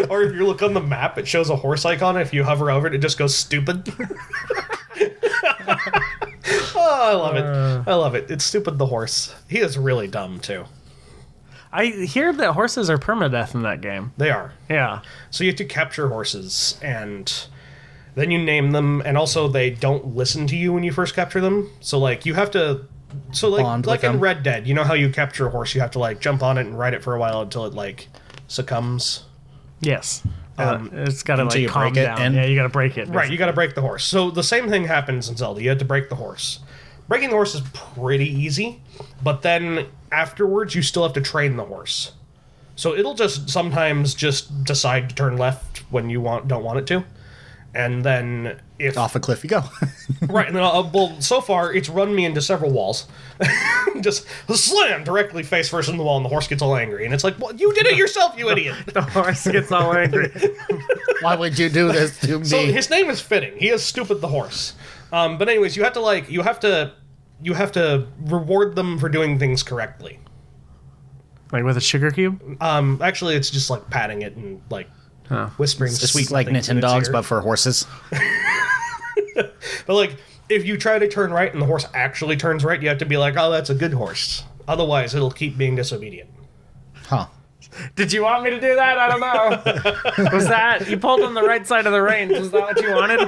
or if you look on the map, it shows a horse icon. If you hover over it, it just goes stupid. oh, I love it. I love it. It's stupid the horse. He is really dumb too. I hear that horses are permadeath in that game. They are. Yeah. So you have to capture horses and then you name them and also they don't listen to you when you first capture them. So like you have to so like Bond with like in them. Red Dead, you know how you capture a horse, you have to like jump on it and ride it for a while until it like succumbs. Yes. Uh, it's got to until like you calm break it down. and- yeah, you got to break it. Right, you got to break the horse. So the same thing happens in Zelda. You had to break the horse. Breaking the horse is pretty easy, but then afterwards you still have to train the horse. So it'll just sometimes just decide to turn left when you want don't want it to. And then if off a cliff you go. Right, and then I'll, well, so far it's run me into several walls, just slam directly face first in the wall, and the horse gets all angry, and it's like, "Well, you did it yourself, you idiot!" The horse gets all angry. Why would you do this to me? So his name is fitting. He is stupid the horse. Um, but anyways, you have to like you have to you have to reward them for doing things correctly. like with a sugar cube. Um, actually, it's just like patting it and like Huh. whispering. It's sweet like something in its Nintendogs, ear. but for horses. But like, if you try to turn right and the horse actually turns right, you have to be like, "Oh, that's a good horse." Otherwise, it'll keep being disobedient. Huh. Did you want me to do that? I don't know. was that you pulled on the right side of the reins? Was that what you wanted?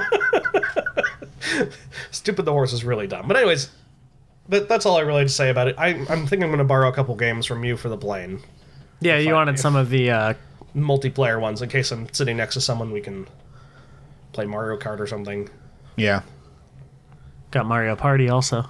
Stupid the Horse is really dumb. But anyways, that, that's all I really had to say about it. I, I'm thinking I'm going to borrow a couple games from you for the plane Yeah, you wanted some of the. Uh, multiplayer ones in case I'm sitting next to someone we can play Mario Kart or something. Yeah. got Mario Party also.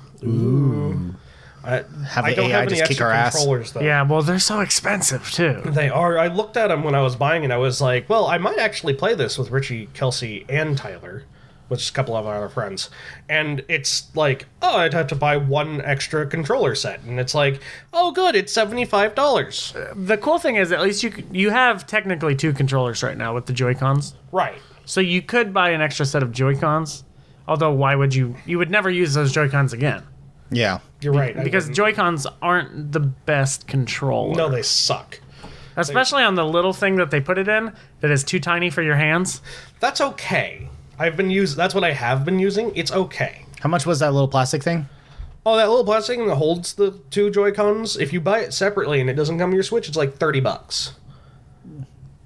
I, Have I the don't AI have any just kick extra our ass. controllers though. Yeah, well, they're so expensive too. They are. I looked at them when I was buying, and I was like, "Well, I might actually play this with Richie, Kelsey, and Tyler, which is a couple of our other friends." And it's like, "Oh, I'd have to buy one extra controller set," and it's like, "Oh, good, it's seventy five dollars." The cool thing is, at least you c- you have technically two controllers right now with the Joy Cons, Right. so you could buy an extra set of Joy Cons. Although, why would you? You would never use those Joy Cons again Yeah. You're right. I because wouldn't. Joy Cons aren't the best controller, no, they suck. especially on the little thing that they put it in that is too tiny for your hands. That's okay. I've been using. That's what I have been using. It's okay. How much was that little plastic thing? Oh, that little plastic thing that holds the two Joy Cons. If you buy it separately and it doesn't come with your Switch, it's like thirty bucks.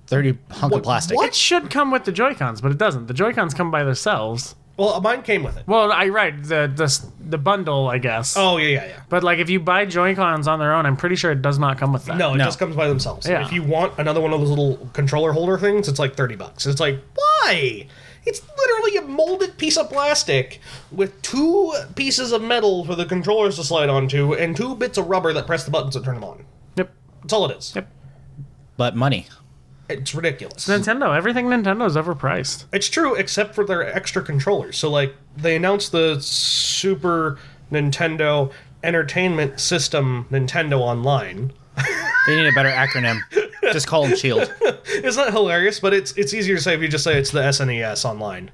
30 hunk of plastic. It should come with the Joy Cons, but it doesn't. The Joy Cons come by themselves. Well, mine came with it. Well, I right the the s- the bundle, I guess. Oh yeah, yeah, yeah. But like, if you buy Joy Cons on their own, I'm pretty sure it does not come with that. No, it No. just comes by themselves. Yeah. If you want another one of those little controller holder things, it's like thirty bucks. It's like why? It's literally a molded piece of plastic with two pieces of metal for the controllers to slide onto and two bits of rubber that press the buttons that turn them on. Yep. That's all it is. Yep. But money. It's ridiculous. Nintendo. Everything Nintendo is overpriced. It's true, except for their extra controllers. So, like, they announced the Super Nintendo Entertainment System Nintendo Online. They need a better acronym. Just call them Shield. It's not hilarious, but it's it's easier to say if you just say it's the SNES Online.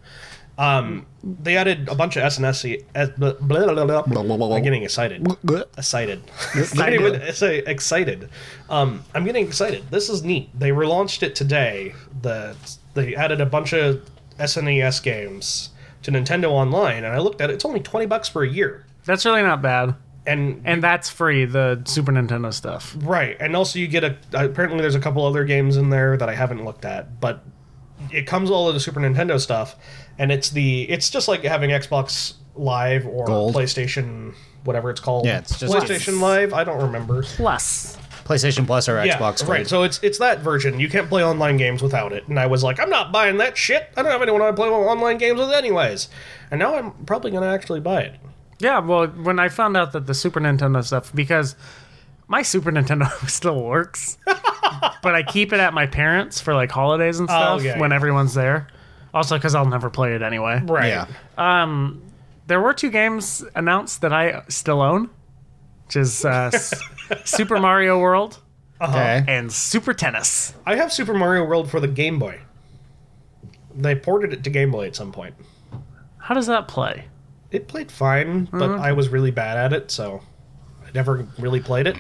Um, they added a bunch of SNES. eh, Blah, blah, blah, blah, blah, blah. I'm getting excited. Excited. I didn't even say excited. Um, I'm getting excited. This is neat. They relaunched it today. The they added a bunch of SNES games to Nintendo Online, and I looked at it. It's only twenty bucks for a year. That's really not bad. And And that's free, the Super Nintendo stuff. right, and also you get a apparently there's a couple other games in there that I haven't looked at, but it comes all of the Super Nintendo stuff, and it's the it's just like having Xbox Live or Gold. PlayStation whatever it's called. Yeah, it's just- PlayStation Live. I don't remember. Plus. PlayStation Plus or Xbox Gold. Right, so it's it's that version. You can't play online games without it. And I was like, I'm not buying that shit. I don't have anyone I play online games with, anyways. And now I'm probably gonna actually buy it. Yeah, well, when I found out that the Super Nintendo stuff, because my Super Nintendo still works, but I keep it at my parents for like holidays and stuff yeah, when yeah. everyone's there. Also, because I'll never play it anyway. Right. Yeah. There were two games announced that I still own, which is uh, S- Super Mario World Okay. Uh, and Super Tennis. I have Super Mario World for the Game Boy. They ported it to Game Boy at some point. How does that play? It played fine, but I was really bad at it, so I never really played it.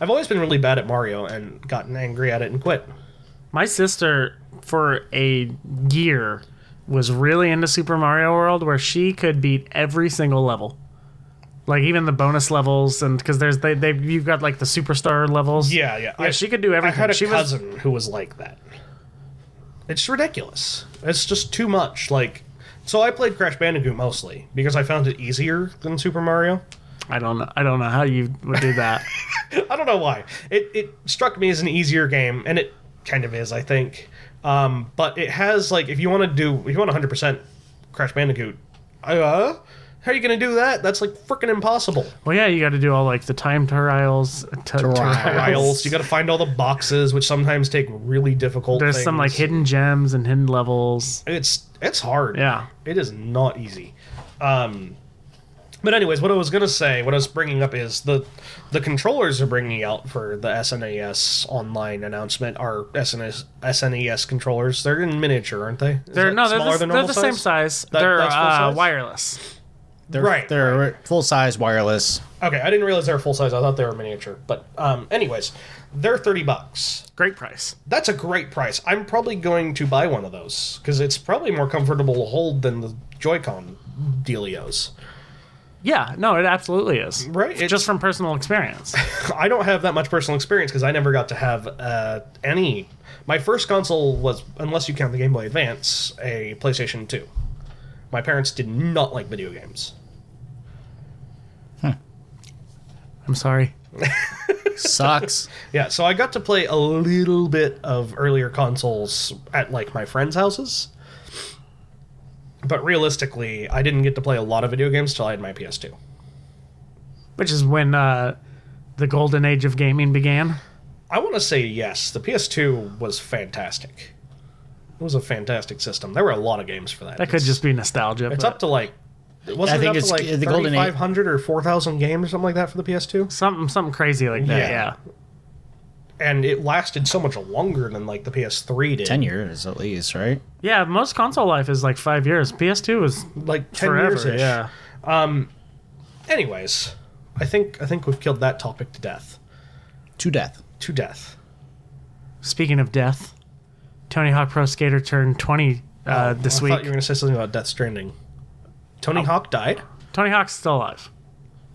I've always been really bad at Mario and gotten angry at it and quit. My sister, for a year, was really into Super Mario World, where she could beat every single level, like even the bonus levels, and because there's they they you've got like the superstar levels. Yeah, yeah. yeah. I- she could do I everything. had a she was cousin who was like that. It's ridiculous. It's just too much. Like, so I played Crash Bandicoot mostly because I found it easier than Super Mario. I don't know. I don't know how you would do that. I don't know why. It it struck me as an easier game, and it kind of is, I think. Um, but it has like if you want to do if you want 100 percent Crash Bandicoot, uh, how are you gonna do that? That's like freaking impossible. well, yeah, you got to do all like the time trials. T- Trials, you got to find all the boxes, which sometimes take really difficult. There's some like things. hidden gems and hidden levels. It's it's hard. Yeah. It is not easy. Um, but anyways, what I was gonna say, what I was bringing up is the the controllers are bringing out for the SNES online announcement are E SNES SNES controllers. They're in miniature, aren't they? Is They're that no, they're smaller the, than they're normal the same size. That- they're that's full uh, size? wireless. They're, Right, They're full size wireless. Okay, I didn't realize they were full size. I thought they were miniature. But um, anyways, they're thirty bucks. Great price. That's a great price. I'm probably going to buy one of those because it's probably more comfortable to hold than the Joy-Con dealios. Yeah, no, it absolutely is. Right, it's- Just from personal experience. I don't have that much personal experience because I never got to have uh, any. My first console was, unless you count the Game Boy Advance, a PlayStation 2. My parents did not like video games. I'm sorry. Sucks. Yeah, so I got to play a little bit of earlier consoles at like my friends' houses. But realistically, I didn't get to play a lot of video games till I had my PS2. Which is when uh, the golden age of gaming began. I want to say yes, the PS2 was fantastic. It was a fantastic system. There were a lot of games for that. That could just be nostalgia. It's but up to like. Wasn't I think it up it's- to like the Golden Age- 3,500 or 4,000 games or something like that for the PS2? something something crazy like that. Yeah. Yeah. And it lasted so much longer than like the PS3 did. Ten years at least, right? Yeah, most console life is like five years. PS2 is Like 10 forever. years ish. Yeah. Anyways, I think I think we've killed that topic to death. To death. To death. Speaking of death, Tony Hawk Pro Skater turned 20 uh, Oh, I this thought week. you were going to say something about Death Stranding. Oh. Tony Hawk died? Tony Hawk's still alive.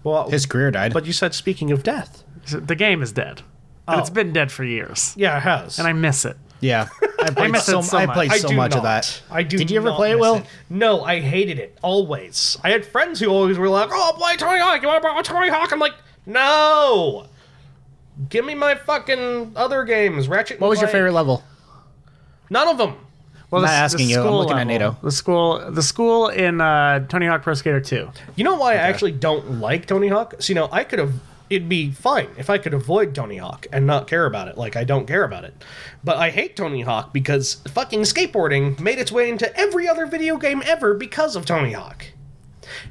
Well, His career died. but you said speaking of death. The game is dead. But it's been dead for years. Yeah, it has. And I miss it. yeah, I played miss it so, so I much. played I so do much not. of that. I do. Did you ever not play it? miss Will? No, I hated it always. I had friends who always were like, "Oh, play Tony Hawk. You want to play Tony Hawk?" I'm like, "No, give me my fucking other games." Ratchet. What was your favorite level? None of them. Well, the I'm not s- the asking you. I'm school looking at level. NATO. The school, the school in uh, Tony Hawk Pro Skater 2. You know why I actually don't like Tony Hawk? So you know, I could have. It'd be fine if I could avoid Tony Hawk and not care about it, like I don't care about it. But I hate Tony Hawk because fucking skateboarding made its way into every other video game ever because of Tony Hawk,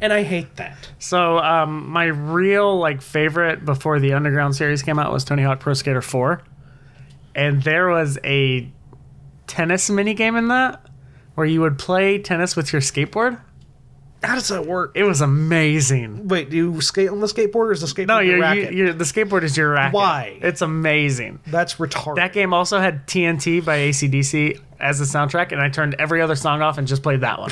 and I hate that. So um, my real like favorite before the Underground series came out was Tony Hawk Pro Skater 4, and there was a tennis mini game in that where you would play tennis with your skateboard. How does that work? It was amazing. Wait, do you skate on the skateboard or is the skateboard No, you're, your you racket? you're, the skateboard is your racket. Why? It's amazing. That's retarded. That game also had TNT by ACDC as the soundtrack, and I turned every other song off and just played that one.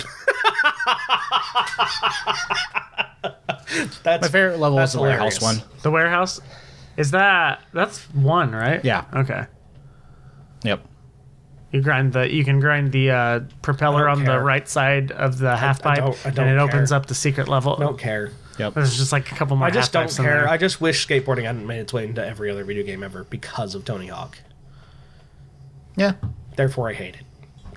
That's My favorite level was that's the warehouse hilarious. one. the warehouse is that that's one, right? Yeah. Okay. Yep. You grind the you can grind the uh, propeller I don't on care. the right side of the half pipe, don't- I don't and it opens care. up the secret level. I don't care. Yep. There's just like a couple more. I just don't half-pipes in care. there. I just wish skateboarding hadn't made its way into every other video game ever because of Tony Hawk. Yeah. Therefore, I hate it.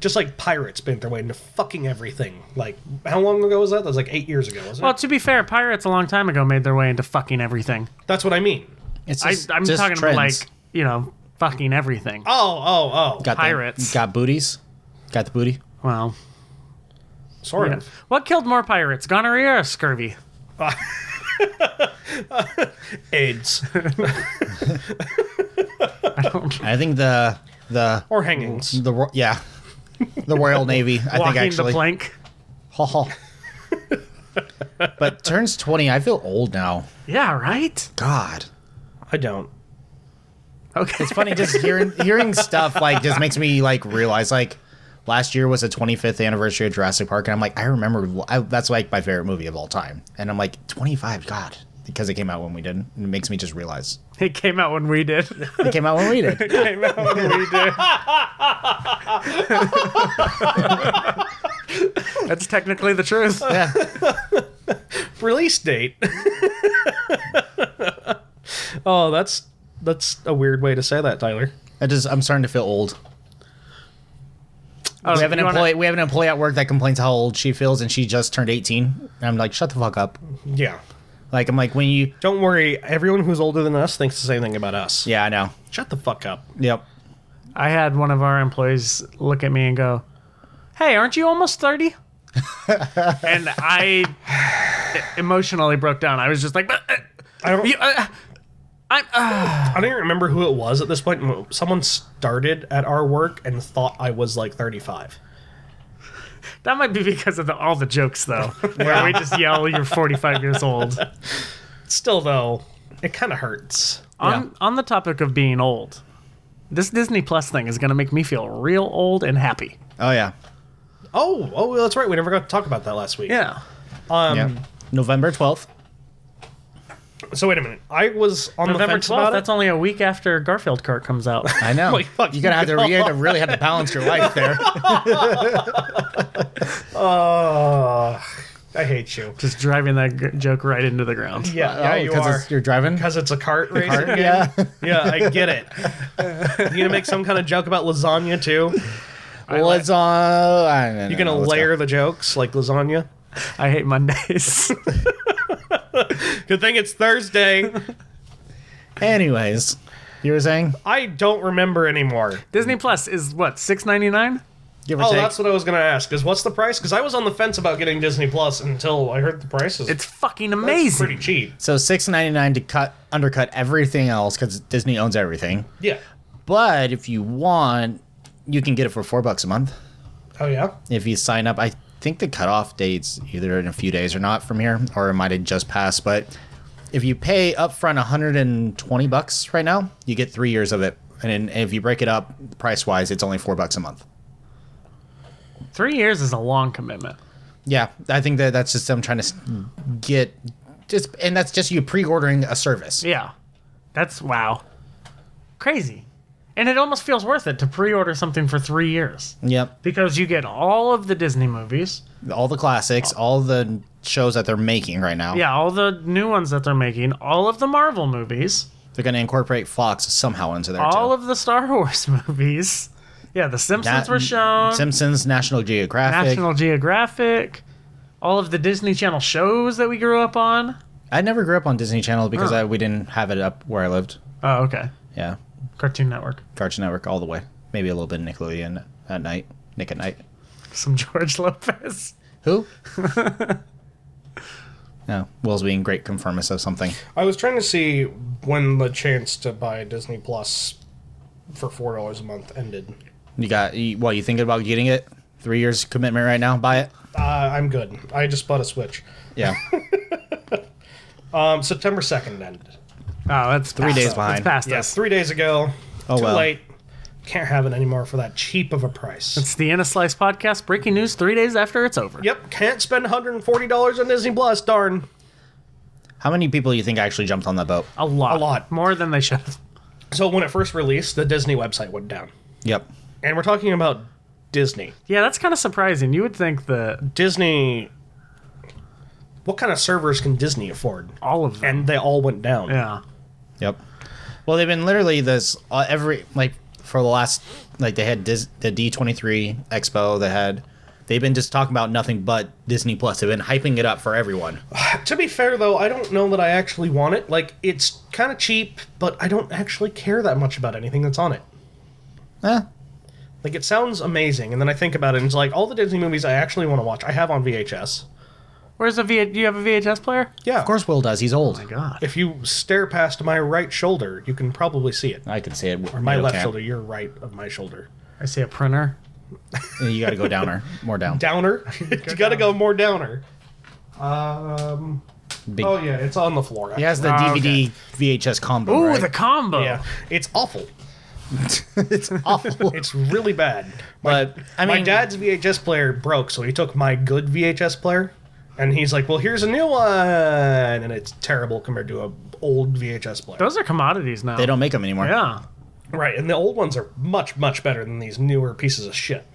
Just like pirates made their way into fucking everything. Like, how long ago was that? That was like eight years ago, wasn't well, it? to be fair, pirates a long time ago made their way into fucking everything. That's what I mean. It's I, just, I'm just talking trends. about like you know fucking everything. Oh, oh, oh. got the- pirates. got booties. Got the booty. Well, Sort yeah. of. what killed more pirates, gonorrhea or scurvy? AIDS. I think the the or hangings. the ro- yeah. the Royal Navy. I think Walking the actually. plank. Ho, ho. but turns twenty. I feel old now. Yeah, right? God. I don't. Okay. It's funny just hearing hearing stuff like just makes me like realize like last year was the 25th anniversary of Jurassic Park and I'm like I remember I, that's like my favorite movie of all time and I'm like 25 God because it came out when we didn't and it makes me just realize It came out when we did. it came out when we did came out when we did. That's technically the truth. yeah Release date. oh, that's that's a weird way to say that, Tyler. I just I'm starting to feel old Oh, we have an you wanna- employee we have an employee at work that complains how old she feels and she just turned 18 and I'm like shut the fuck up Yeah. like I'm like when you Don't worry. Everyone who's older than us thinks the same thing about us. yeah I know Shut the fuck up. yep I had one of our employees look at me and go, "Hey, aren't you almost 30? and I emotionally broke down. I was just like, "But, uh, I don't. you, uh, I'm, uh. I don't even remember who it was at this point. Someone started at our work and thought I was like 35. That might be because of the, all the jokes, though, where we just yell, "You're 45 years old." Still, though, it kind of hurts. On on the topic of being old, this Disney Plus thing is going to make me feel real old and happy. oh yeah Oh, oh, well, that's right. We never got to talk about that last week. Yeah. Um. yeah November 12th So wait a minute. I was on the November fence about 12th, that's it. only a week after Garfield Cart comes out. I know. Like, fuck Oh, you're gonna have to, you have to really have to balance your life there. I hate you. just driving that g- joke right into the ground. Yeah, yeah, you are. you're driving. Because Oh, it's a cart race. Car- yeah. Yeah, I get it. You're gonna make some kind of joke about lasagna too. Well, it's on. I don't know, You're gonna let's go. layer the jokes like lasagna. I hate Mondays. Good thing it's Thursday. Anyways, you were saying? I don't remember anymore. Disney Plus is what six ninety nine. Give or Oh, take. that's what I was gonna ask. Is what's the price? Because I was on the fence about getting Disney Plus until I heard the prices. It's fucking It's amazing. pretty cheap. so six ninety nine to cut undercut everything else because Disney owns everything. Yeah. But if you want, you can get it for four bucks a month Oh yeah. if you sign up. I think the cutoff date's either in a few days or not from here, or it might have just passed. But if you pay upfront 120 bucks right now, you get three years of it. And then if you break it up price wise, it's only four bucks a month. Three years is a long commitment. Yeah, I think that that's just them trying to s- get just, and that's just you pre-ordering a service. Yeah, that's wow, crazy, and it almost feels worth it to pre-order something for three years Yep, because you get all of the Disney movies. all the classics, all the shows that they're making right now. Yeah, all the new ones that they're making, all of the Marvel movies, they're going to incorporate Fox somehow into their all too. of the Star Wars movies. Yeah, the Simpsons Na- were shown. Simpsons, National Geographic. National Geographic, all of the Disney Channel shows that we grew up on. I never grew up on Disney Channel because I, we didn't have it up where I lived. Oh, okay. Yeah, Cartoon Network. Cartoon Network all the way. Maybe a little bit of Nickelodeon at night. Nick at night. Some George Lopez. Who? no, Will's being great conformist of something. I was trying to see when the chance to buy Disney Plus for four dollars a month ended. You got? You, well, you thinking about getting it? Three years commitment right now. Buy it. Uh, I'm good. I just bought a Switch. Yeah, Um, September second ended. Oh, that's three days It's behind. past Yes, us. three days ago. Oh, Too well. late. Can't have it anymore for that cheap of a price. It's the In a Slice podcast. Breaking news three days after it's over. Yep, can't spend $140 on Disney Plus, darn. How many people do you think actually jumped on that boat? A lot. A lot. More than they should have. So when it first released, the Disney website went down. Yep. And we're talking about Disney. Yeah, that's kind of surprising. You would think that Disney What kind of servers can Disney afford? all of them. And they all went down. yeah. Yep. Well, they've been literally this uh, every like for the last like they had Dis- the D twenty three Expo. They had they've been just talking about nothing but Disney Plus. They've been hyping it up for everyone. To be fair though, I don't know that I actually want it. Like it's kind of cheap, but I don't actually care that much about anything that's on it. Eh, Like it sounds amazing, and then I think about it and it's like all the Disney movies I actually want to watch, I have on VHS. Where's a V? Do you have a VHS player? Yeah. of course, Will does. He's old. God. If you stare past my right shoulder, you can probably see it. I can see it. Or my left shoulder, your right of my shoulder. I see a printer. And you got to go downer, more down. Downer. you got to go more downer. Um. Big- Oh yeah, it's on the floor. He has the Ah, DVD VHS combo. Ooh, right? the combo. Yeah, it's awful. it's awful. It's really bad. but I mean, my dad's VHS player broke, so he took my good VHS player, and he's like, "Well, here's a new one," and it's terrible compared to a old VHS player. Those are commodities now. They don't make them anymore. Yeah. Right, and the old ones are much much better than these newer pieces of shit.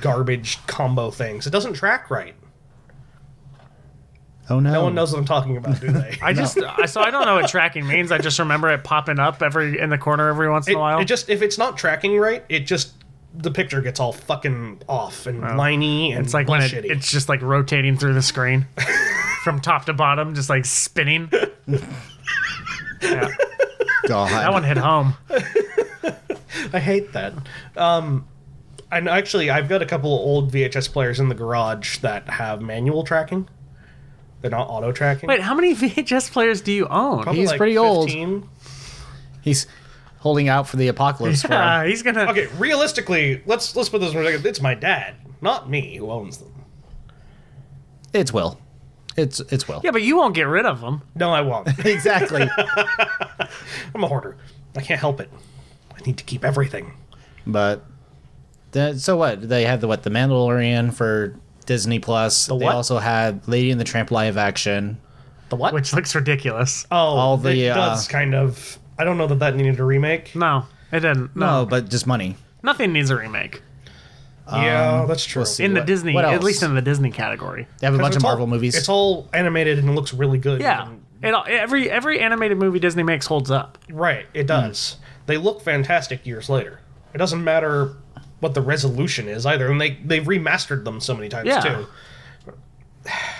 Garbage combo things. It doesn't track right. Oh no. No one knows what I'm talking about, do they? I just I, so I don't know what tracking means. I just remember it popping up every in the corner every once in it, a while. it just if it's not tracking right, it just the picture gets all fucking off and liney and it's like when it, bullshitty. it's just like rotating through the screen from top to bottom, just like spinning. yeah, God. that one hit home. I hate that. Um, and actually, I've got a couple of old VHS players in the garage that have manual tracking. They're not auto tracking. Wait, how many VHS players do you own? Probably he's pretty old. 15. He's holding out for the apocalypse. for him. Yeah, he's gonna. Okay, realistically, let's let's put this in perspective. It's my dad, not me, who owns them. It's Will. It's it's Will. Yeah, but you won't get rid of them. No, I won't. Exactly. I'm a hoarder. I can't help it. I need to keep everything. but then, so what? They had the what? The Mandalorian for Disney Plus. they what? also had Lady and the Tramp live action. The what? Which looks ridiculous. oh, all the, it uh, does kind of. I don't know that that needed a remake. No, it didn't. No, No, but just money. nothing needs a remake yeah, that's true. Um, we'll see. in the What- Disney, what at else? least in the Disney category. They have a 'Cause bunch of it's all- Marvel movies. It's all animated and looks really good. Yeah, and- it all, every every animated movie Disney makes holds up. Right, Hmm. it does. They look fantastic years later. It doesn't matter what the resolution is either, and they they've remastered them so many times Yeah. too.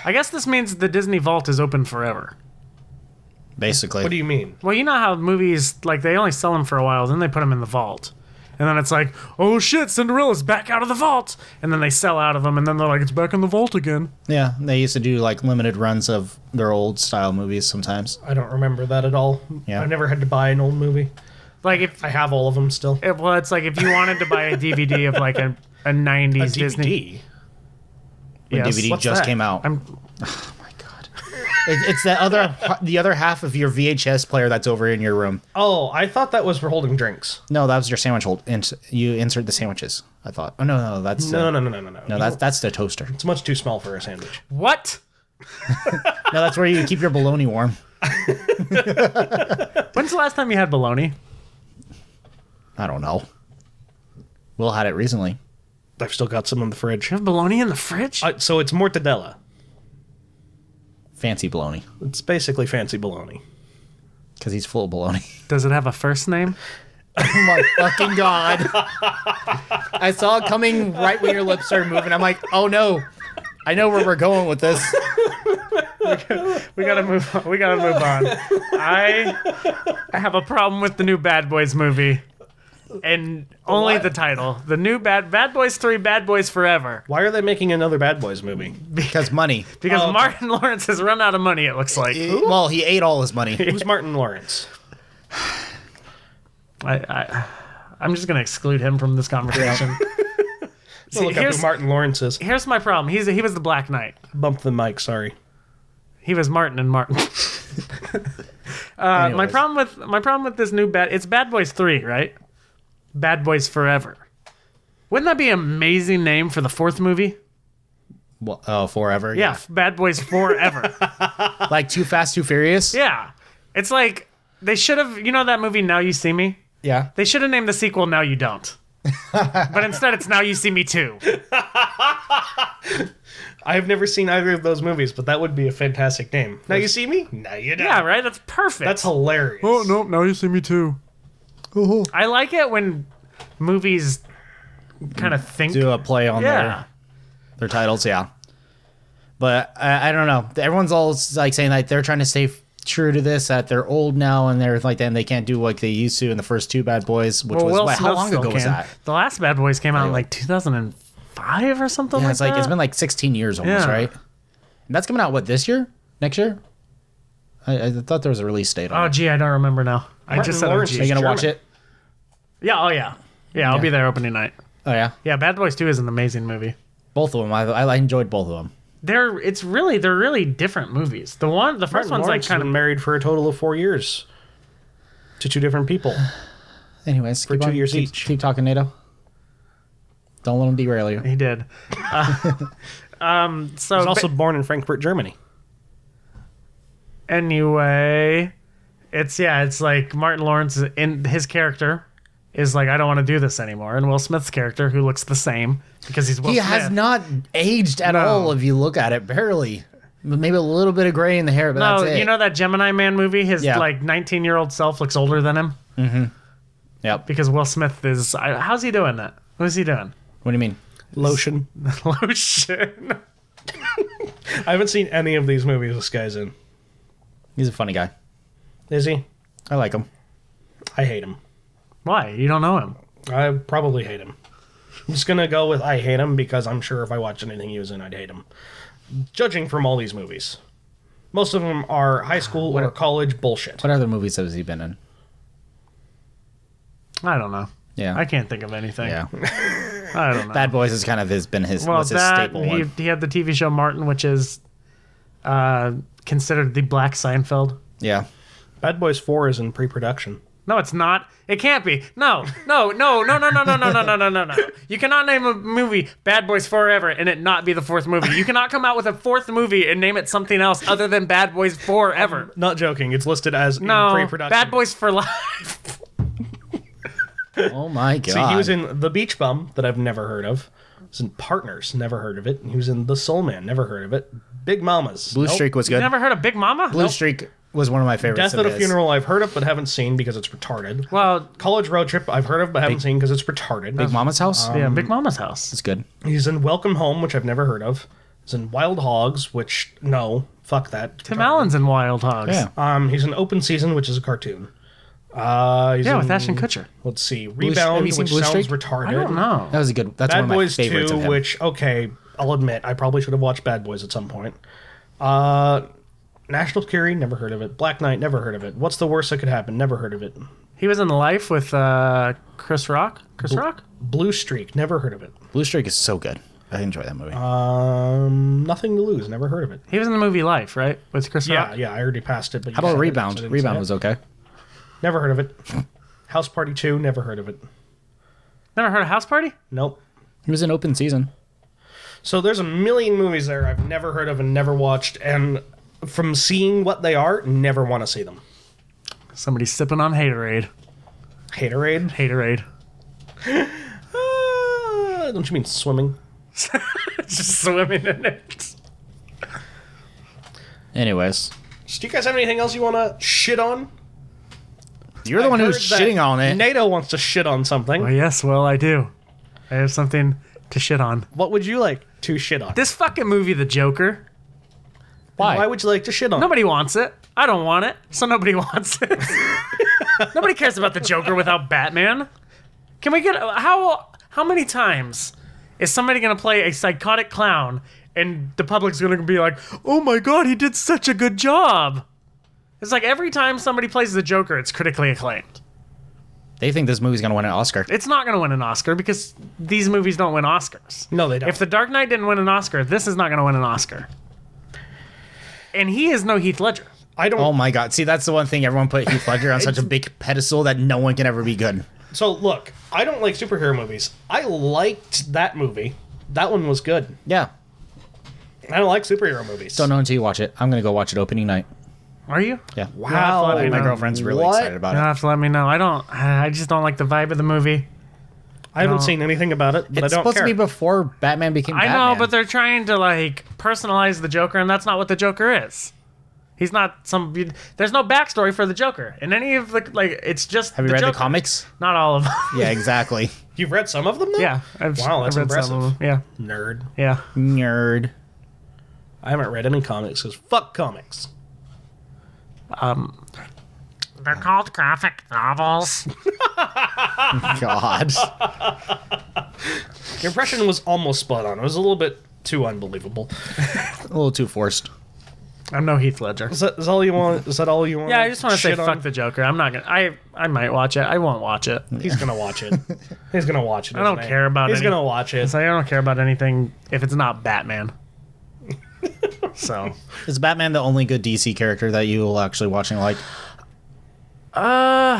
I guess this means the Disney Vault is open forever. basically. What do you mean? Well, you know how movies like they only sell them for a while, then they put them in the vault, and then it's like, oh shit, Cinderella's back out of the vault, and then they sell out of them, and then they're like, it's back in the vault again. yeah, they used to do like limited runs of their old style movies sometimes. I don't remember that at all. Yeah. I've never had to buy an old movie. Like if I have all of them still. it, well, it's like if you wanted to buy a DVD of like a, a '90s A Disney DVD. Yes. DVD What's just that? came out. I'm my god. It, it's the other the other half of your VHS player that's over in your room. Oh, I thought that was for holding drinks. No, that was your sandwich hold. Ins- you insert the sandwiches. I thought. Oh no, no, that's No, the, no, no, no, no, no. no, that's that's the toaster. it's much too small for a sandwich. what? No, that's where you keep your bologna warm. When's the last time you had bologna? I don't know. Will had it recently. I've still got some in the fridge. You have bologna in the fridge? Uh, so it's mortadella. Fancy bologna It's basically fancy bologna. because he's full of bologna. Does it have a first name? oh my fucking god! I saw it coming right when your lips started moving. I'm like, oh no. I know where we're going with this. We gotta move. On. We gotta move on. I I have a problem with the new Bad Boys movie, and only what? the title. The new Bad Bad Boys Three, Bad Boys Forever, Why are they making another Bad Boys movie? Because money. because Oh, okay. Martin Lawrence has run out of money. It looks like. Well, he ate all his money. Who's Martin Lawrence? I, I I'm just gonna exclude him from this conversation. See, Look up here's, who Martin Lawrence is. here's my problem. He's he was the Black Knight. Bump the mic, sorry. He was Martin and Martin. uh, my Anyways. problem with my problem with this new bad it's Bad Boys Three, right? Bad Boys Forever. Wouldn't that be an amazing name for the fourth movie? Well, oh, forever. Yeah, Bad Boys Forever. Like Too Fast, Too Furious. yeah, it's like they should have. You know that movie Now You See Me? Yeah. They should have named the sequel Now You Don't. but instead, it's Now You See Me Too. I've never seen either of those movies, but that would be a fantastic name. Now you see me? No, you don't. Yeah, right. That's perfect. That's hilarious. Now You See Me Too. I like it when movies kind of think. do a play on yeah. their, their titles. Yeah. But I, I don't know. Everyone's all like saying like they're trying to stay true to this that they're old now and they're like then they can't do like they used to in the first two Bad Boys, which was Will what, how Smith long still ago was can. that? The last Bad Boys came out in like 2005 or something Yeah, like it's like that. it's been like 16 years almost, Yeah. right? And that's coming out what this year? Next year? I, I thought there was a release date on. oh, it. gee, I don't remember now. I Martin just said, oh, Lawrence gee. Are you gonna German. watch it? yeah, oh yeah, yeah. I'll be there opening night. Oh yeah, Yeah, Bad Boys 2 is an amazing movie. both of them. I, I enjoyed both of them. They're it's really they're really different movies. The one the first one's like Lawrence has kind of been married for a total of four years to two different people. Anyways, for two years keep, each. Keep talking, NATO. Don't let them derail you. he did. Uh, um so He's also born in Frankfurt, Germany. anyway it's yeah it's like martin lawrence in his character is like i don't want to do this anymore and will smith's character who looks the same because he's will He smith has not aged at No. all. If you look at it, barely. But Maybe a little bit of gray in the hair, but no that's it. you know that gemini man movie his Yeah. like 19 year old self looks older than him yep. because will smith is I, how's he doing that who's he doing Oh, What do you mean? Lotion. lotion I haven't seen any of these movies this guy's in. He's a funny guy. Is he? I like him. I hate him. why you don't know him I probably hate him. I'm just gonna go with I hate him because I'm sure if I watched anything he was in, I'd hate him. Judging from all these movies, most of them are high school or college bullshit. What other movies has he been in? i don't know Yeah. i can't think of anything yeah. i don't know Bad Boys has kind of his been his, well was his that staple he, one. he had the tv show martin which is uh, considered the black seinfeld Yeah. Bad Boys Four is in pre-production. No, it's not. It can't be. No, no, no, no, no, no, no, no, no, no, no, no, no. You cannot name a movie Bad Boys Forever and it not be the fourth movie. You cannot come out with a fourth movie and name it something else other than Bad Boys Forever. Not joking. It's listed as Um, No, in pre-production. Bad Boys for Life. Oh my god. See, he was in The Beach Bum that I've never heard of. He was in Partners, never heard of it. He was in The Soul Man, never heard of it. Big Mamas, Blue nope. Streak was You good. never heard of Big Mama? Blue Streak was one of my favorites. Death at of a his. Funeral, I've heard of but haven't seen because it's retarded. Well, College Road Trip, I've heard of but haven't seen because it's retarded. Big Mama's House. yeah, Big Mama's House. Um, it's good. He's in Welcome Home, which I've never heard of. He's in Wild Hogs, which no, fuck that. Tim Allen's in Wild Hogs. Yeah. Um, he's in Open Season, which is a cartoon. Uh, he's Yeah, with in- Ashton Kutcher. Let's see, have Rebound, you seen which Blue sounds Streak? retarded. I don't know. That was a good. That's Bad one of Boys my favorites Two, of him. which okay, I'll admit I probably should have watched Bad Boys at some point. Uh, National Curie, never heard of it. Black Knight, never heard of it. What's the worst that could happen? Never heard of it. He was in Life with uh, Chris Rock. Chris Rock? Blue Streak, never heard of it. Blue Streak is so good. I enjoy that Uh, movie. Um, Nothing to Lose, never heard of it. He was in the movie Life, right? With Chris Yeah, Rock. yeah, I already passed it. But How about Rebound? Rebound was okay. never heard of it. House Party Two, never heard of it. Never heard of House Party? Nope. He was in Open Season. So there's a million movies there I've never heard of and never watched, and from seeing what they are, never want to see them. Somebody sipping on Haterade. Haterade. Haterade. Uh, don't you mean swimming? just swimming in it. Anyways, So do you guys have anything else you want to shit on? you're the one who's Heard that shitting on it. NATO wants to shit on something. Well, yes, well, I do. I have something to shit on. What would you like to shit on? This fucking movie, The Joker. Why? Why would you like to shit on? Nobody wants it. I don't want it, so nobody wants it. nobody cares about the Joker without Batman. Can we get how how many times is somebody gonna play a psychotic clown and the public's gonna be like, oh my god, he did such a good job? It's like every time somebody plays the Joker, it's critically acclaimed. they think this movie's gonna win an Oscar. It's not gonna win an Oscar because these movies don't win Oscars. No, they don't. If The Dark Knight didn't win an Oscar, this is not going to win an Oscar. And he is no Heath Ledger. I don't. Oh my god! See, that's the one thing everyone put Heath Ledger on such a big pedestal that no one can ever be good. so look, I don't like superhero movies. I liked that movie. That one was good. Yeah. I don't like superhero movies. Don't know until you watch it. I'm gonna go watch it opening night. Are you? Yeah. Wow. I My know. girlfriend's really What? excited about You'll it. have to let me know. I don't. I just don't like the vibe of the movie. I haven't No. seen anything about it, but It's I don't supposed care. to be before Batman became. I Batman. know, but they're trying to like personalize the Joker, and that's not what the Joker is. He's not some. There's no backstory for the Joker in any of the like. It's just. Have you read Joker. the comics? Not all of them. Yeah, exactly. You've read some of them, though. yeah. I've, Wow, that's I've read some of impressive. them. Nerd. Yeah. Yeah. Nerd. I haven't read any comics because fuck comics. They're called graphic novels. God. Your impression was almost spot on. It was a little bit too unbelievable. a little too forced. I'm no Heath Ledger. Is that, is all you want? Is that all you want? Yeah, I just want to say shit on? fuck the Joker. I'm not gonna. I I might watch it. I won't watch it. He's gonna watch it. He's gonna watch it. I don't care about He's any- gonna watch it. It's like I don't care about anything if it's not Batman. so, Is Batman the only good DC character that you will actually watching? Like, uh,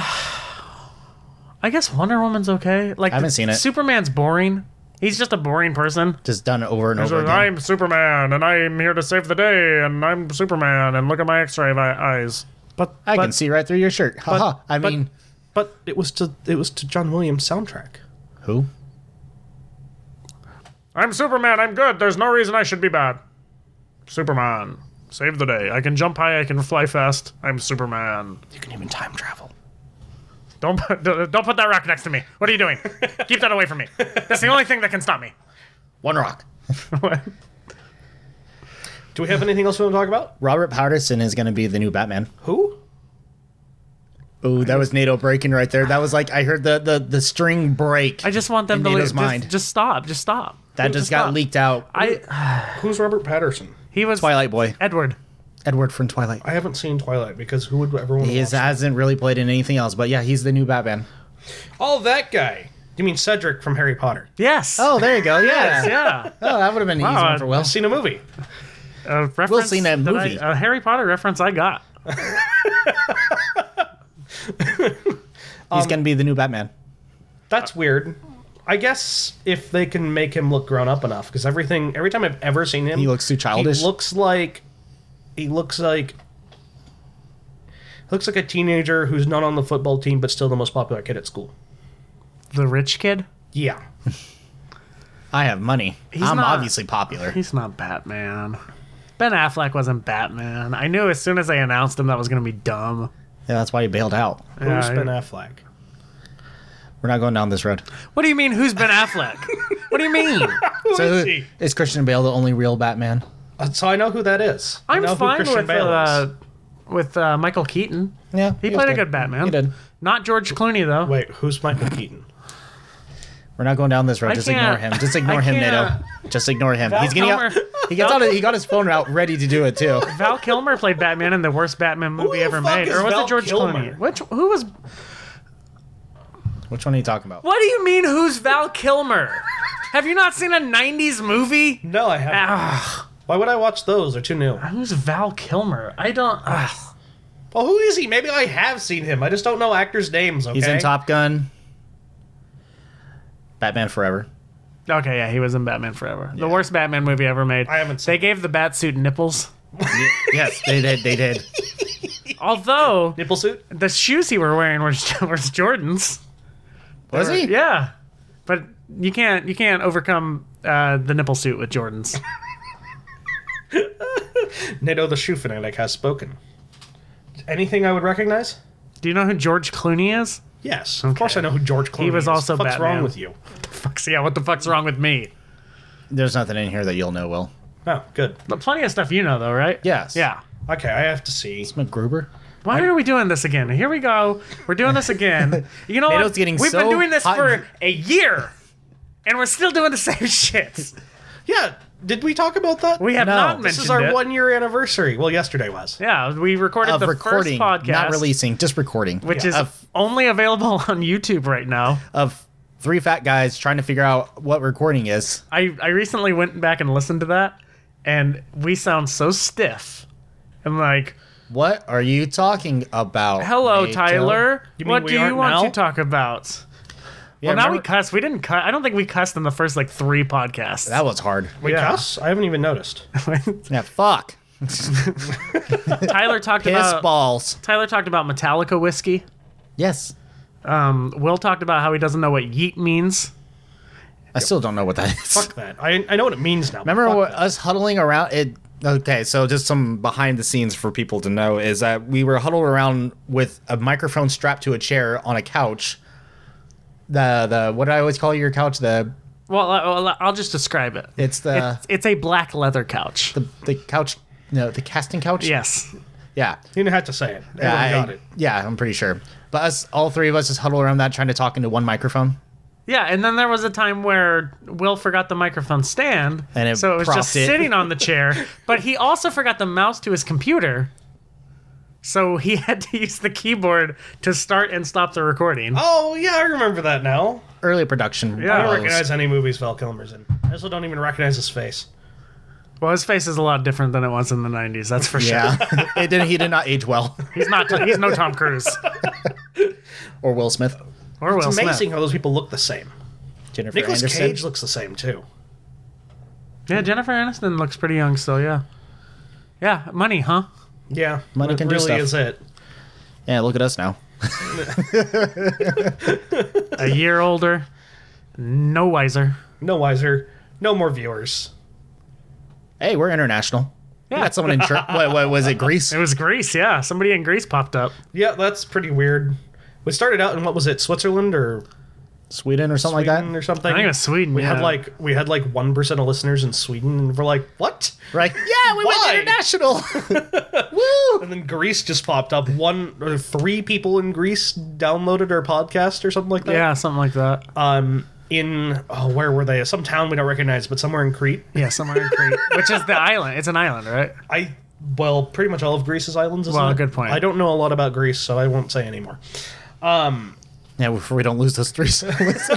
I guess Wonder Woman's okay. Like I haven't the- seen it. Superman's boring. He's just a boring person. just done over and over He's like, again. I'm Superman, and I'm here to save the day, and I'm Superman, and look at my X-ray vi- eyes. But I but, can see right through your shirt. Ha ha. I but- mean, But it was to it was to John Williams soundtrack. who? I'm Superman. I'm good. There's no reason I should be bad. Superman, save the day. I can jump high. I can fly fast. I'm Superman. You can even time travel. Don't put, don't put that rock next to me. What are you doing? Keep that away from me. That's the only thing that can stop me. One Rock. Do we have anything else we want to talk about? Robert Patterson is going to be the new Batman. Who? Oh, that was NATO breaking right there. That was like I heard the the, the string break. I just want them In to Nato's just, mind. just stop. Just stop. that just got stop. leaked out. I Who's Robert Patterson? he was Twilight Boy, Edward. Edward from Twilight. I haven't seen Twilight because who would ever want to He watch is, hasn't really played in anything else, but yeah, he's the new Batman. Oh, that guy. You mean Cedric from Harry Potter? Yes. Oh, there you go. Yeah. yeah. Oh, that would have been an easy Wow, one for Will. I've seen a movie. A reference seen that I- movie. a Harry Potter reference I got. He's going to be the new Batman. That's weird. I guess if they can make him look grown up enough, because everything, every time I've ever seen him, He looks too childish. He looks like, he looks like, looks like a teenager who's not on the football team but still the most popular kid at school. The rich kid. Yeah, I have money. I'm not- obviously popular. He's not Batman. Ben Affleck wasn't Batman. I knew as soon as they announced him that was gonna be dumb. Yeah, that's why he bailed out. who's I- Ben Affleck? We're not going down this road. What do you mean? Who's Ben Affleck? what do you mean? so is who- he? is Christian Bale the only real Batman? Uh, So I know who that is. I I'm know who fine Christian with Bale is. uh, with uh, Michael Keaton. Yeah, He, was played a good Batman. He did. Not George Clooney though. Wait, who's Michael Keaton? We're not going down this road. I Just ignore him. can't- Just ignore him, Nato. can't. Just ignore him. He's getting out. Kilmer. He gets out. He got his phone out, ready to do it too. Val Kilmer played Batman in the worst Batman movie the ever fuck made, is or was Val it George Kilmer? Clooney? Which who was? Which one are you talking about? What do you mean? Who's Val Kilmer? Have you not seen a '90s movie? Ah. No, I haven't. Ugh, Why would I watch those? They're too new. who's Val Kilmer? I don't. Ugh. Well, Oh, who is he? Maybe I have seen him. I just don't know actors' names. Okay. He's in Top Gun. Batman Forever. Okay, yeah, he was in Batman Forever, the worst Batman movie ever made. I haven't They seen. gave the bat suit nipples. Yes, they did. They did. Although Nipple suit? the shoes he were wearing were, were Jordans. Was he? Yeah, but you can't you can't overcome uh, the nipple suit with Jordans. Nato the shoe fanatic has spoken. Anything I would recognize? Do you know who George Clooney is? Yes. Of course I know who George Clooney was is. also What's Batman. wrong with you? Fuck, yeah, what the fuck's wrong with me? There's nothing in here that you'll know. Will. Oh, good. But plenty of stuff you know, though, right? Yes. Yeah. Okay, I have to see. MacGruber. Why are we doing this again? Here we go. We're doing this again. You know Nato's what? getting We've so been doing this hot- for a year, and we're still doing the same shit. Yeah, did we talk about that? We have No, not this mentioned is our it. one year anniversary. Well, yesterday was. yeah, we recorded Of the recording, first podcast, not releasing, just recording. which Yeah. is of, only available on YouTube right now. of three fat guys trying to figure out what recording is. I, I recently went back and listened to that, and we sound so stiff. And like, What are you talking about? hello, Nato? Tyler. You mean What we do you aren't want now? to talk about? Yeah, well, now we remember- cuss. We didn't cuss. I don't think we cussed in the first like three podcasts. That was hard. We Yeah. cuss? I haven't even noticed. Yeah, fuck. Tyler talked Piss about balls. Tyler talked about Metallica whiskey. Yes. Um, Will talked about how he doesn't know what yeet means. I still don't know what that is. Fuck that. I, I know what it means now. Remember Fuck what, that. us huddling around it okay, so just some behind the scenes for people to know is that we were huddled around with a microphone strapped to a chair on a couch. The the what do I always call your couch? The Well, I- I'll- I'll just describe it. it's uh, the It's, it's a black leather couch. the, the couch no, the casting couch? yes. Yeah. You didn't have to say it. Yeah, Everyone I, got it. yeah, I'm pretty sure. But us all three of us just huddle around that trying to talk into one microphone. Yeah, and then there was a time where Will forgot the microphone stand, And it so it was propped just it. sitting on the chair. But he also forgot the mouse to his computer, so he had to use the keyboard to start and stop the recording. Oh yeah, I remember that now. Early production. Yeah. I don't Oh, recognize any movies Val Kilmer's in. I also don't even recognize his face. Well, his face is a lot different than it was in the '90s. That's for sure. Yeah, it did. He did not age well, He's not. He's no Tom Cruise or Will Smith, or Will It's Smith. amazing how those people look the same. Jennifer Nicholas Anderson. Cage looks the same too. Yeah, Jennifer Aniston looks pretty young still. Yeah, yeah. Money, huh? Yeah, Money that can do really stuff. is it. Yeah, look at us now. A year older, no wiser. No wiser. No more viewers. Hey, we're international. Yeah. We got someone in. Tur- what, what was it? Greece. It was Greece. Yeah, somebody in Greece popped up. Yeah, that's pretty weird. We started out in what was it, Switzerland or Sweden or something Sweden like or something? I think it was Sweden. We yeah. had like we had like one percent of listeners in Sweden, and we're like, what? that. Right? Yeah, we Why? went international. Woo! And then Greece just popped up. One or three people in Greece downloaded our podcast or something like that. yeah, something like that. Um, in oh, where were they? Some town we don't recognize, but somewhere in Crete. yeah, somewhere in Crete, which is the island. It's an island, right? I well, pretty much all of Greece's islands. Isn't Well, it? good point. I don't know a lot about Greece, so I won't say anymore. Yeah, before we don't lose those three listeners.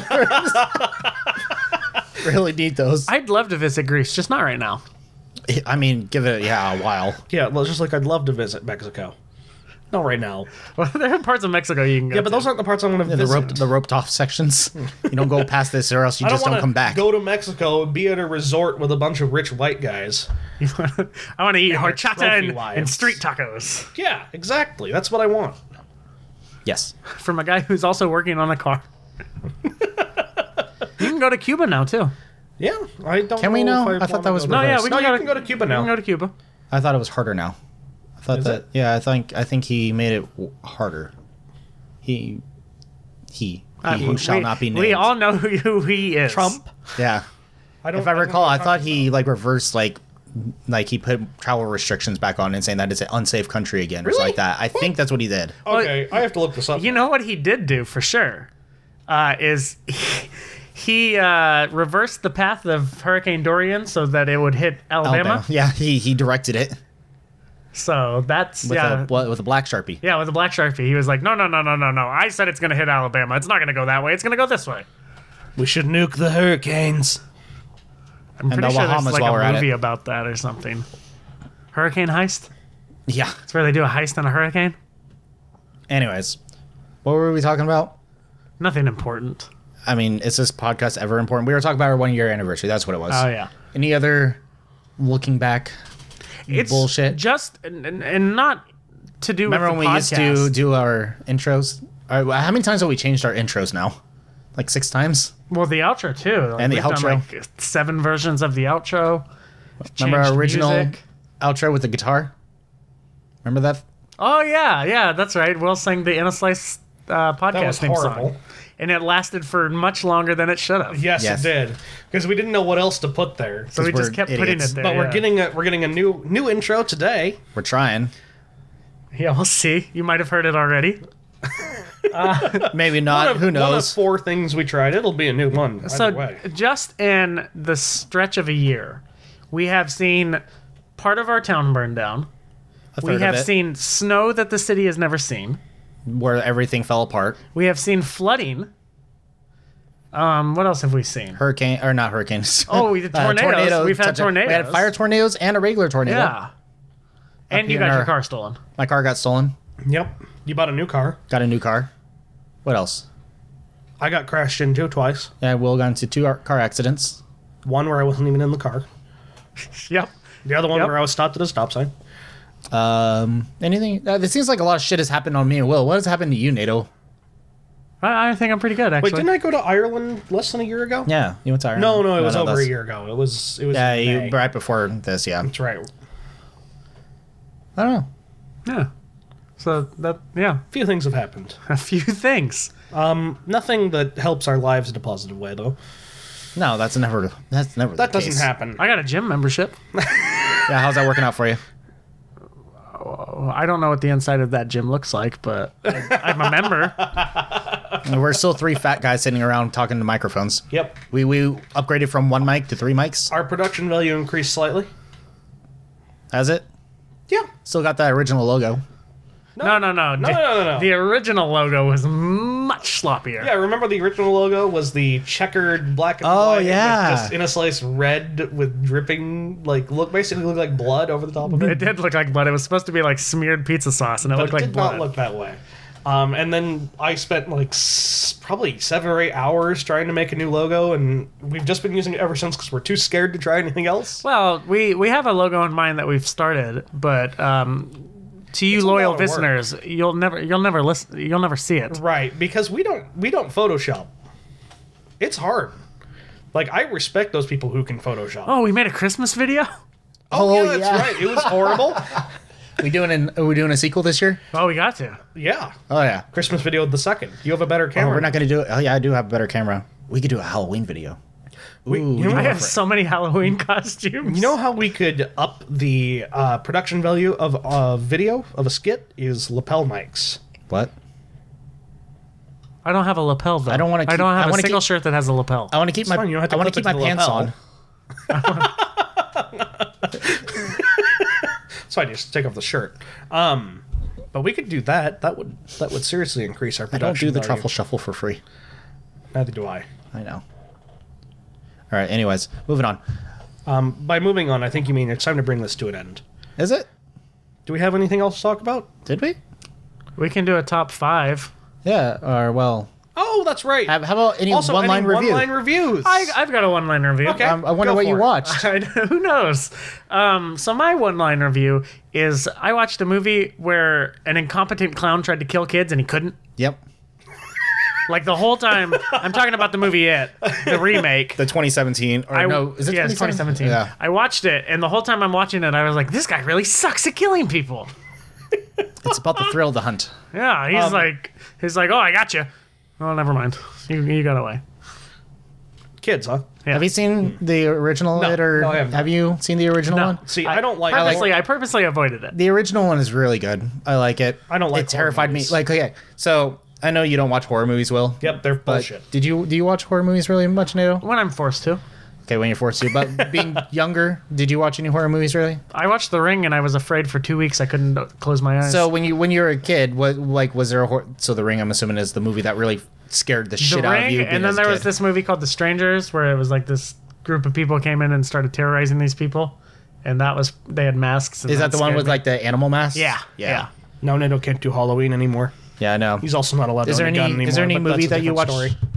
really need those. I, I'd love to visit Greece, just not right now. mean, give it yeah a while. Yeah, well, just like I'd love to visit Mexico. Not right now. Well, there are parts of Mexico you can go. Yeah, but to. those aren't the parts I want to Yeah, the visit. roped the roped off sections. You don't go past this, or else you I just don't, wanna come back. Go to Mexico and be at a resort with a bunch of rich white guys. I want to eat they're horchata trophy and, wives. and street tacos Yeah, exactly. That's what I want. yes. from a guy who's also working on a car. you can go to Cuba now too. Yeah, I don't. know Can we now? If I, I thought that was No, No, yeah, reversed. we no, can, you go, can go to Cuba We now. can go to Cuba. I thought it was harder now. I thought that it? yeah, I think I think he made it w- harder. He he, he who shall Uh, we, not be named. We all know who, who he is. Trump. yeah. I don't. If I don't recall, know I Trump. thought he like reversed like like he put travel restrictions back on and saying that it's an unsafe country again or something Really? like that. I think that's what he did. Oh, Okay, I have to look this up. You know what he did do for sure uh, is he, he uh, reversed the path of Hurricane Dorian so that it would hit Alabama. Alabama. Yeah, he he directed it So that's with yeah. a what, with a black sharpie. yeah, with a black sharpie, he was like, "No, no, no, no, no, no! I said it's gonna hit Alabama. It's not gonna go that way. It's gonna go this way." we should nuke the hurricanes. I'm And pretty the sure there's Bahamas like while we're a at movie it. about that or something. Hurricane heist? Yeah. It's where they do a heist on a hurricane. Anyways, what were we talking about? Nothing important. I mean, is this podcast ever important? We were talking about our one year anniversary. That's what it was. Oh yeah. Any other looking back? It's Bullshit. Just and, and- and not to do. Remember with when the we used podcast. to do our intros? All right, well, how many times have we changed our intros now? Like six times. Well, the outro too. Like, And the we've done, outro. like, seven versions of the outro. Remember Changed our original music. outro with the guitar? Remember that? Oh yeah, yeah, that's right. Will sang the In a Slice uh, podcast That was theme horrible. song, and it lasted for much longer than it should have. Yes, Yes. it did because we didn't know what else to put there. so we Because just we're kept putting idiots. it there. but we're yeah. getting a we're getting a new new intro today. We're trying. Yeah, we'll see. You might have heard it already. Maybe not. One of- Who One of knows? four things we tried. It'll be a new one. Either So way. just in the stretch of a year, we have seen part of our town burn down. A third We of have it, seen snow that the city has never seen. where everything fell apart. We have seen flooding. Um, what else have we seen? Hurricane or not hurricanes? Uh, Oh, we did tornadoes. We've had We had tornadoes. fire tornadoes and a regular tornado. Yeah. And you here got in your our- car stolen. My car got stolen. Yep, you bought a new car. Got a new car. What else? I got crashed into twice. Yeah, Will got into two ar- car accidents. One where I wasn't even in the car. Yep. The other one Yep. where I was stopped at a stop sign. Um, anything? Uh, it seems like a lot of shit has happened on me and Will. What has happened to you, NATO? I, I think I'm pretty good actually. Wait, didn't I go to Ireland less than a year ago? Yeah, you went to Ireland. No, no, it was over a that's- year ago. It was it was. Yeah, in May. you, right before this. Yeah, That's right. I don't know. Yeah. So that yeah, A few things have happened. a few things. Um, Nothing that helps our lives in a positive way, though. No, that's never. That's never. That the doesn't case. happen. I got a gym membership. Yeah, how's that working out for you? I don't know what the inside of that gym looks like, but I- I'm a member. And we're still three fat guys sitting around talking to microphones. Yep. We we upgraded from one mic to three mics. Our production value increased slightly. Has it? Yeah. Still got that original logo. No, no, no. no, no, no. The original logo was much sloppier. Yeah, remember the original logo was the checkered black and Oh, white. with yeah. just in a slice red with dripping, like, look basically looked like blood over the top of it. It did look like blood. It was supposed to be like smeared pizza sauce, and it but looked it like did blood. not look that way. Um, and then I spent like s- probably seven or eight hours trying to make a new logo, and we've just been using it ever since because we're too scared to try anything else. well, we we have a logo in mind that we've started, but um, to you It's a lot loyal of work. listeners, you'll never you'll never listen you'll never see it. Right, because we don't we don't Photoshop. It's hard. Like I respect those people who can Photoshop. Oh, we made a Christmas video. Oh, yeah, that's right. It was horrible. we doing an are we doing a sequel this year? Oh, we got to. yeah, Oh yeah. Christmas video the second. You have a better Oh, camera. we're not gonna do it. Oh yeah, I do have a better camera. We could do a Halloween video. We- Ooh, you know I what? have so many Halloween costumes. You know how we could up the uh, production value of a video of a skit is lapel mics. What? I don't have a lapel though. I don't wanna I keep- don't I have a wanna single keep- shirt that has a lapel. I want to keep my fine, you don't have to I want to clip keep it my to the pants lapel. on. So I just take off the shirt. Um, but we could do that. That would that would seriously increase our I don't production. do the value. truffle shuffle for free. Neither do I. I know. All right. Anyways, moving on. Um, by moving on, I think you mean it's time to bring this to an end. Is it? Do we have anything else to talk about? Did we? we can do a top five. Yeah. Or well, Oh, that's right. have- how about any also, one line any review? one-line reviews. I, I've got a one-line review. Okay. Um, I wonder Go what for you it. watched. I know, who knows? Um, so my one-line review is: I watched a movie where an incompetent clown tried to kill kids and he couldn't. Yep. Like the whole time, I'm talking about the movie It, the remake. The 2017 or I, no? Is it yeah, it's 2017? 2017? Yeah. I watched it, and the whole time I'm watching it, I was like, "This guy really sucks at killing people." It's about the thrill of the hunt. Yeah, he's Um, like, he's like, "Oh, I got you." Oh, never mind. You, you got away. Kids, huh? Have you seen the original? No, it or no, I haven't. have you seen the original No. one? See, I, don't like. Purposely, I purposely avoided it. The original one is really good. I like it. I don't like It horror terrified me. movies. Like okay, so I know you don't watch horror movies, Will. Yep, they're But bullshit. did you do you watch horror movies really much, Nato? When I'm forced to, Okay, when you're forced to. But being younger, did you watch any horror movies really? I watched The Ring, and I was afraid for two weeks. I couldn't uh, close my eyes. So when you when you were a kid, what like was there a hor- so the ring? I'm assuming is the movie that really scared the the shit out of ring, you. being and then as a there was kid. this movie called The Strangers, where it was like this group of people came in and started terrorizing these people, and that was they had masks. And Is that the one scared with me. like the animal mask? Yeah, yeah, yeah. No, Nando can't do Halloween anymore. yeah. I know. He's also not allowed Is to there own any a gun anymore. is there any but that's movie a that you different watched? Story.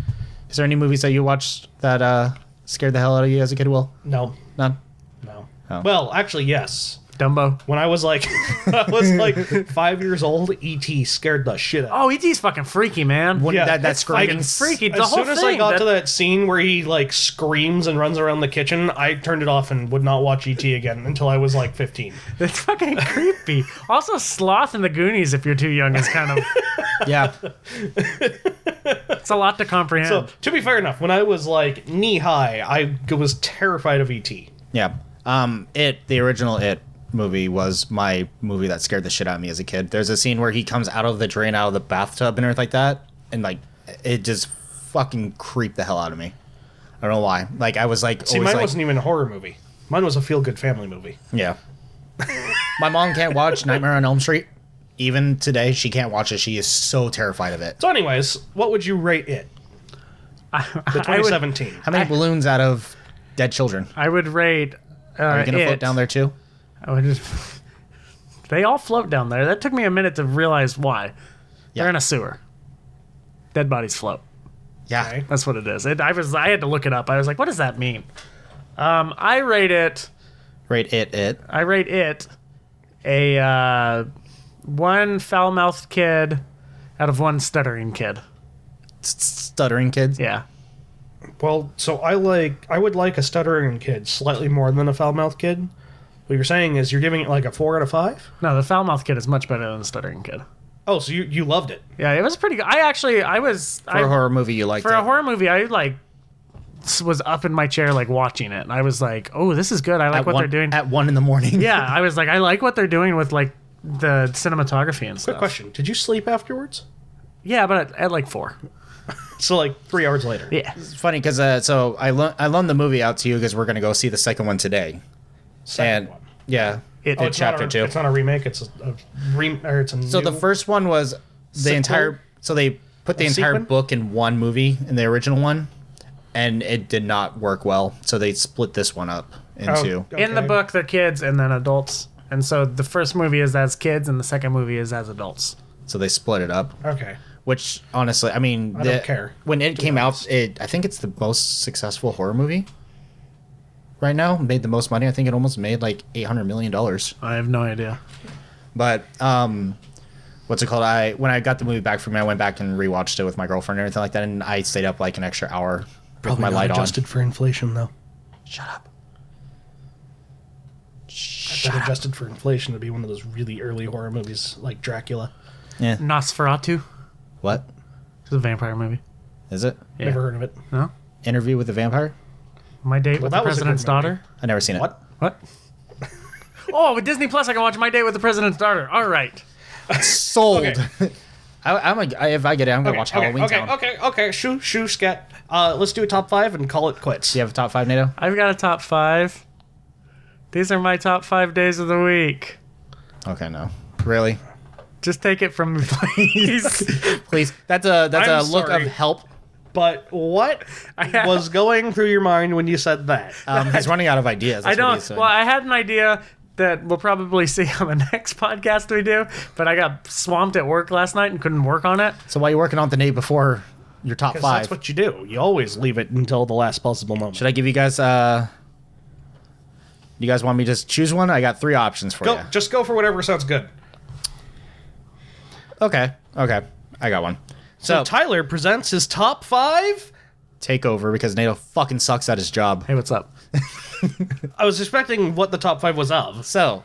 Is there any movies that you watched that uh scared the hell out of you as a kid? Will No, none. no. Oh. Well, actually, yes. Dumbo? When I was like, I was like five years old. ET scared the shit out. of me. Oh, E.T.'s fucking freaky, man. When Yeah, that that it's screaming fucking freaky. The as whole soon as thing. I got that, to that scene where he like screams and runs around the kitchen, I turned it off and would not watch ET again until I was like 15. that's fucking creepy. Also, Sloth and the Goonies, if you're too young, is kind of Yeah, it's a lot to comprehend. So to be fair enough, when I was like knee high, I g- was terrified of E ET. yeah. Um, it the original it movie was my movie that scared the shit out of me as a kid. There's a scene where he comes out of the drain, out of the bathtub, and everything like that, and like it just fucking creeped the hell out of me. I don't know why. Like I was like, See, always mine like, wasn't even a horror movie. Mine was a feel good family movie. Yeah. My mom can't watch Nightmare on Elm Street. Even today, she can't watch it. She is so terrified of it. So, anyways, what would you rate it? The I would, 2017. How many balloons out of dead children? I would rate. Uh, Are you gonna it. float down there too? I would just, they all float down there. That took me a minute to realize why. Yeah. They're in a sewer. Dead bodies float. Yeah. Okay. That's what it is. It, I was I had to look it up. I was like, what does that mean? Um, I rate it. Rate it it. I rate it a uh, one foul-mouthed kid out of one stuttering kid. S- Stuttering kids. Yeah. Well, so I like I would like a stuttering kid slightly more than a foul mouthed kid. What you're saying is you're giving it like a four out of five. No, the foul-mouthed kid is much better than the stuttering kid. Oh, so you you loved it. Yeah, it was pretty good. I actually I was For I, a horror movie, you liked for it. a horror movie. I like s- was up in my chair like watching it, and I was like, oh, this is good. I like at what one, they're doing. at one in the morning. yeah, I was like, I like what they're doing with like the cinematography and Quick stuff. question: Did you sleep afterwards? Yeah, but at, at like four. so like three hours later. Yeah. It's funny because uh, so I lo- I loaned the movie out to you because we're gonna go see the second one today. Second and one. yeah, It- it, Oh, it's chapter not a, two. It's not a remake. It's a, a re, or it's a So the first one was the Sequel? entire. So they put the A entire sequel? book in one movie in the original one, and it did not work well. So they split this one up Oh, into. In the book, they're kids and then adults. And so the first movie is as kids and the second movie is as adults. So they split it up, Okay. which honestly, I mean, I don't care, When it came out, it I think it's the most successful horror movie. Right now, made the most money. I think it almost made like eight hundred million dollars. I have no idea. But um, what's it called? I when I got the movie back from me, I went back and rewatched it with my girlfriend and everything like that, and I stayed up like an extra hour Oh, with my light on. adjusted for inflation though. Shut up. Shut adjusted for inflation to be one of those really early horror movies like Dracula. Nosferatu What is a vampire movie. is it? Yeah. Never heard of it. No? Interview with the Vampire? My Date with that the was a good President's movie. Daughter. I never seen it. What? What? oh, with Disney Plus, I can watch My Date with the President's Daughter. All right. Sold. I, I'm a, I, if I get it, I'm gonna watch okay, Halloween okay, Town. okay, okay. Shoo, shoo, scat. Uh, let's do a top five and call it quits. Do you have a top five, NATO? I've got a top five. These are my top five days of the week. Okay, no. Really? Just take it from me, please. Please. That's a that's I'm a look sorry. of help. But what I- was going through your mind when you said that? Um, he's running out of ideas. I That's what don't. he's saying. Well, I had an idea that we'll probably see on the next podcast we do, but I got swamped at work last night and couldn't work on it. so why are you working on the day before your top 'Cause five? That's what you do. You always leave it until the last possible moment. Should I give you guys? uh You guys want me to just choose one? I got three options for go, you. Just go for whatever sounds good. Okay. Okay. I got one. So, Tyler presents his top five. take over because NATO fucking sucks at his job. Hey, what's up? I was expecting what the top five was of. So,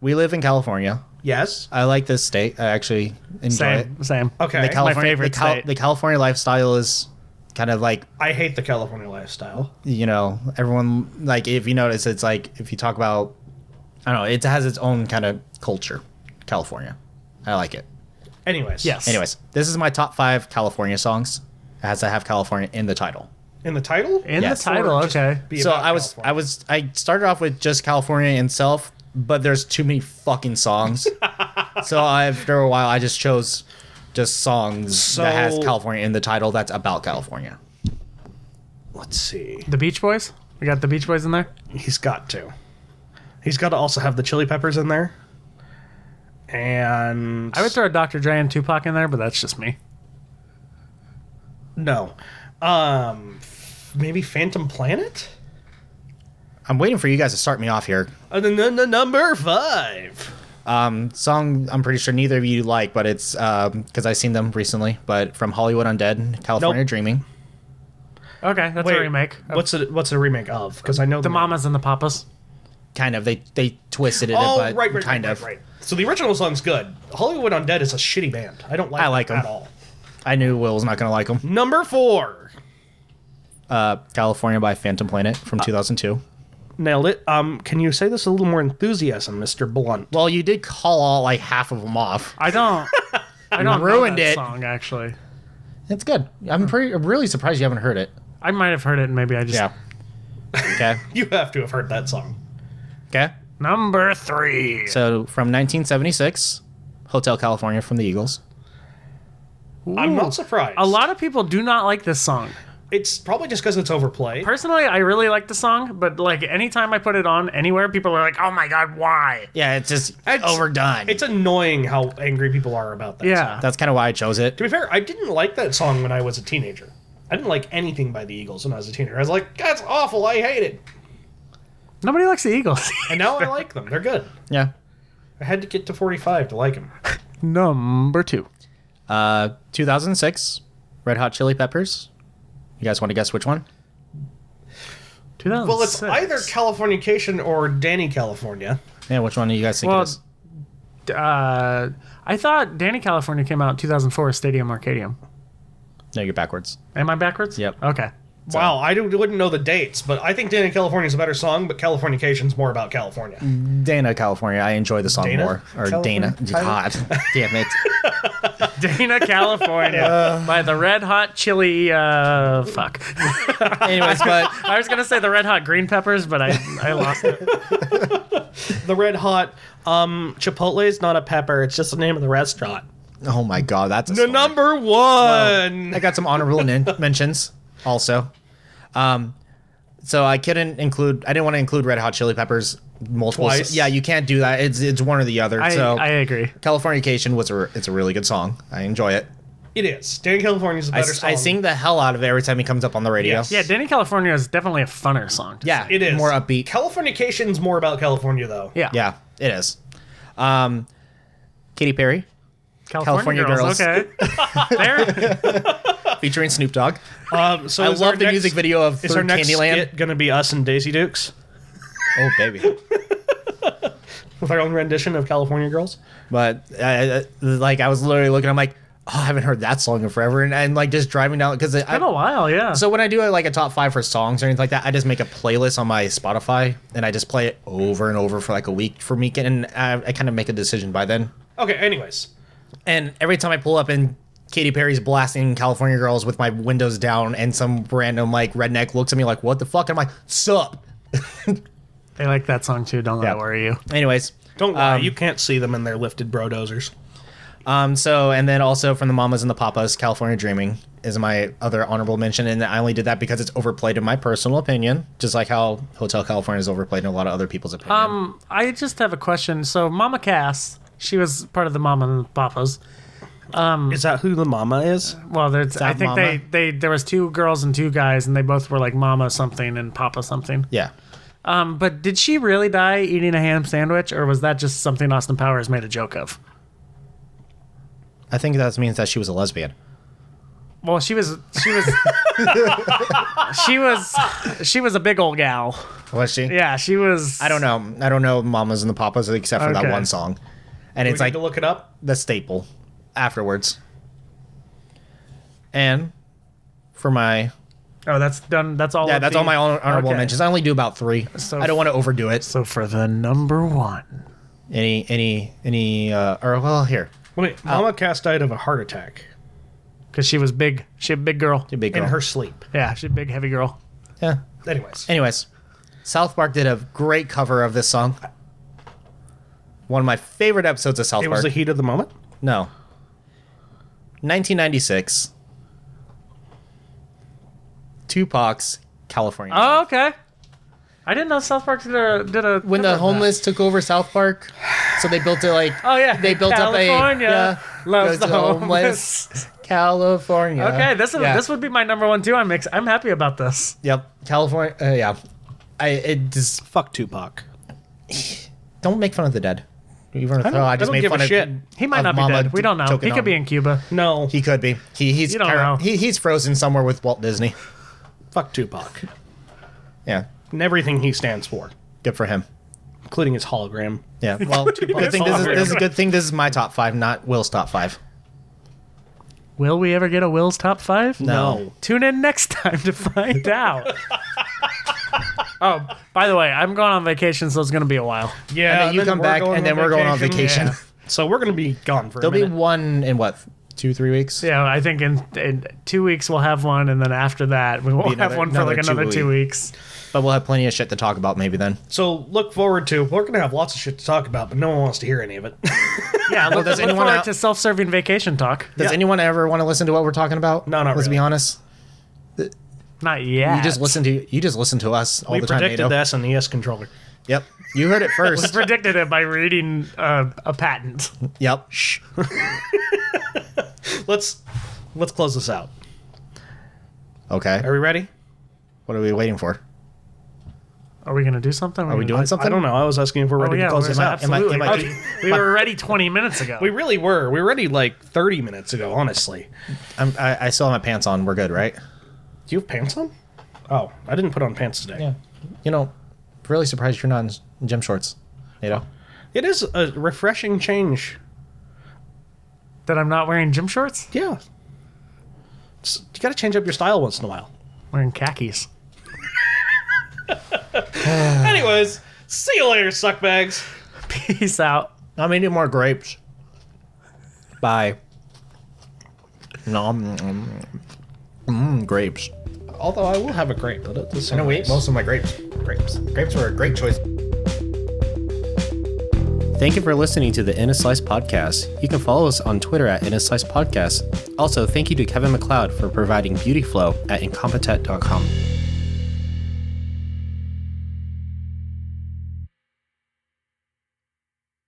we live in California. Yes. I like this state. I actually enjoy it. Same, same. Okay. The California, favorite the, Cal- state. the California lifestyle is kind of like I hate the California lifestyle. you know everyone like if you notice it's like if you talk about I don't know it has its own kind of culture. California, I like it. Anyways. Yes. Anyways, this is my top five California songs. It has to have California in the title. In the title. In Yes. the title, Or just okay. be so about I was I California. was I started off with just California itself, but there's too many fucking songs. so after a while, I just chose just songs that has So- California in the title. That's about California. Let's see. The Beach Boys. We got the Beach Boys in there. He's got to. He's got to also have the chili peppers in there. And I would throw Dr. Dre and Tupac in there, but that's just me. no. Um, f- maybe Phantom Planet. I'm waiting for you guys to start me off here. And then the- the number five. Um, song I'm pretty sure neither of you like, but it's because I've seen them recently. But from Hollywood Undead, California Nope. Dreaming. Okay, that's a remake. Oh. of What's it? What's a remake of? Because I know the Mamas and the Papas? Kind of they they twisted it, Oh, but right, right, right, kind of. Right, right. So the original song's good. Hollywood Undead is a shitty band. I don't like. I like them 'em. at all. I knew Will was not gonna like them. Number four. Uh, California by Phantom Planet from Uh, 2002. Nailed it. Um, can you say this with a little more enthusiasm, Mister Blunt? Well, you did call all like half of them off. I don't. I don't Ruined know that it. song actually. It's good. I'm pretty. I'm really surprised you haven't heard it. I might have heard it, and maybe I just okay. You have to have heard that song. Okay. number three. So from 1976, Hotel California from the Eagles. I'm Ooh. not surprised. A lot of people do not like this song. It's probably just because it's overplayed. Personally, I really like the song, but like anytime I put it on anywhere, people are like, "Oh my god, why?" Yeah, it's just It's- overdone. It's annoying how angry people are about that. song. Yeah, That's kind of why I chose it. To be fair, I didn't like that song when I was a teenager. I didn't like anything by the Eagles when I was a teenager. I was like, that's awful. I hate it. nobody likes the Eagles. And now I like them. They're good. Yeah. I had to get to 45 to like them. number two, Uh, 2006, Red Hot Chili Peppers. You guys want to guess which one? two thousand. Well, it's either Californication or Danny California. Yeah, which one do you guys think Well, it is? uh, I thought Danny California came out in two thousand four, Stadium Arcadium. No, you're backwards. Am I backwards? Yep. Okay. Wow, I do, wouldn't know the dates, but I think Danny California's a better song, but Californication's more about California. Dana, California. I enjoy the song Dana? more. Or California? Dana. God damn it. Dana, California, by the Red Hot Chili. Uh, fuck. Anyways, but I was gonna say the Red Hot Green Peppers, but I I lost it. The red hot um, Chipotle is not a pepper; it's just the name of the restaurant. oh my god, that's a The story. number one. I got some honorable nin- mentions also. Um, so I couldn't include. I didn't want to include Red Hot Chili Peppers multiple. Twice. Yeah, you can't do that. It's it's one or the other. I, so I agree. Californication was a it's a really good song. I enjoy it. It is. Dan California's a I, better s- song. I sing the hell out of it every time he comes up on the radio. Yes. Yeah, Danny California is definitely a funner song. to yeah, sing. It is more upbeat. Californication's more about California, though. yeah, yeah, it is. Um, Katy Perry California, California girls. Okay, there. featuring Snoop Dogg. Um, so I is our love the next- music video of Is our Third next Candyland. skit gonna be us and Daisy Dukes Oh baby. with our own rendition of California Girls? But uh, like I was literally looking, I'm like, oh, I haven't heard that song in forever, and, and like just driving down because I Been a while. Yeah. so when I do like a top five for songs or anything like that, I just make a playlist on my Spotify and I just play it over and over for like a week for me, and I, I kind of make a decision by then. Okay. Anyways, And every time I pull up and Katy Perry's blasting California Girls with my windows down, and some random like redneck looks at me like, what the fuck? And I'm like, sup. they like that song too. Don't let Yeah. it worry you. Anyways, don't lie. you can't see them in their lifted bro dozers. Um, so and then also from the Mamas and the Papas, California Dreaming is my other honorable mention, and I only did that because it's overplayed in my personal opinion, just like how Hotel California is overplayed in a lot of other people's opinion. Um, I just have a question. So Mama Cass, she was part of the Mama and the Papas. Hmm. Is that who the mama is? Well, there's, I that think Mama? they they there was two girls and two guys, and they both were like Mama something and Papa something. yeah, Um, but did she really die eating a ham sandwich, or was that just something Austin Powers made a joke of? I think that means that she was a lesbian. Well, she was she was she was she was a big old gal. Was she? Yeah, she was. I don't know. I don't know Mamas and the Papas except for Okay. that one song, and We it's need like to look it up. the staple afterwards. And for my Oh, that's done. That's all. yeah, of that's the- all my honor- honorable Okay. mentions. I only do about three. So- I don't want to overdo it. So for the number one, Any any any uh or well here. Oh. Wait, Mama Cass died of a heart attack because she was big. She a big girl. Too big girl. in her sleep. Yeah, she's a big heavy girl. yeah. Anyways, Anyways, South Park did a great cover of this song. One of my favorite episodes of South it was Park. the heat of the moment. no. 1996. Tupac's California. Oh, okay. I didn't know South Park did a did a when the cover of that. homeless took over South Park, so they built it like Oh yeah, they built California up a yeah, loves goes the to homeless. California. Okay, this is uh, Yeah. this would be my number one too. I'm ex- I'm happy about this. Yep, California. Uh, yeah, I it just Fuck Tupac. don't make fun of the dead. You wanna I don't, throw- I don't made give a fun of- shit. He might Of not be Mama dead. We don't know. choking He could on- be in Cuba. No, He could be. He, he's You don't kinda- know. He, he's frozen somewhere with Walt Disney. fuck Tupac Yeah, and everything he stands for, good for him. including his hologram. Yeah. Well, good thing this is, this is good thing this is my top five, not Will's top five. Will we ever get a Will's top five? No. Tune in next time to find out. oh, by the way, I'm going on vacation, so it's gonna be a while. Yeah, and then you come back, and then we're going on vacation. Yeah. So we're gonna be gone for There'll a be minute. one in what two, three weeks. Yeah, I think in, in two weeks we'll have one, and then after that we won't have another- one for like another another two two weeks. But we'll have plenty of shit to talk about maybe then. so look forward to. We're gonna have lots of shit to talk about, but no one wants to hear any of it. Yeah, look, does look anyone forward out- to self-serving vacation talk. Does Yeah. anyone ever want to listen to what we're talking about? No, not Let's really. be honest. Not yet. You just listen to you just listen to us all we the time. predicted Nato. this on the S controller. Yep. You heard it first. predicted it by reading uh, a patent. yep. Shh. Let's let's close this out. Okay. Are we ready? What are we waiting for? Are we gonna do something? Are we doing something? I don't know. I was asking if we're Oh ready yeah, to close we're- this out. Am I- absolutely. am I- Okay. we were ready 20 minutes ago. We really were. We were ready like 30 minutes ago. Honestly, I'm, I, I still have my pants on. We're good, right? do you have pants on? Oh, I didn't put on pants today. You know, really surprised you're not in s- gym shorts, Nato. It is a refreshing change. that I'm not wearing gym shorts. Yeah. It's- you got to change up your style once in a while. Wearing khakis. Anyways, see you later, suckbags. Peace out. I mean, need more grapes. Bye. Nom. mm, Mmm, mm, grapes. Although I will have a grape, but it does I'm sound gonna eat nice. most of my grapes. Grapes. Grapes were a great choice. Thank you for listening to the In a Slice podcast. You can follow us on Twitter at In a Slice podcast. Also, thank you to Kevin McLeod for providing beauty flow at incompetent.com.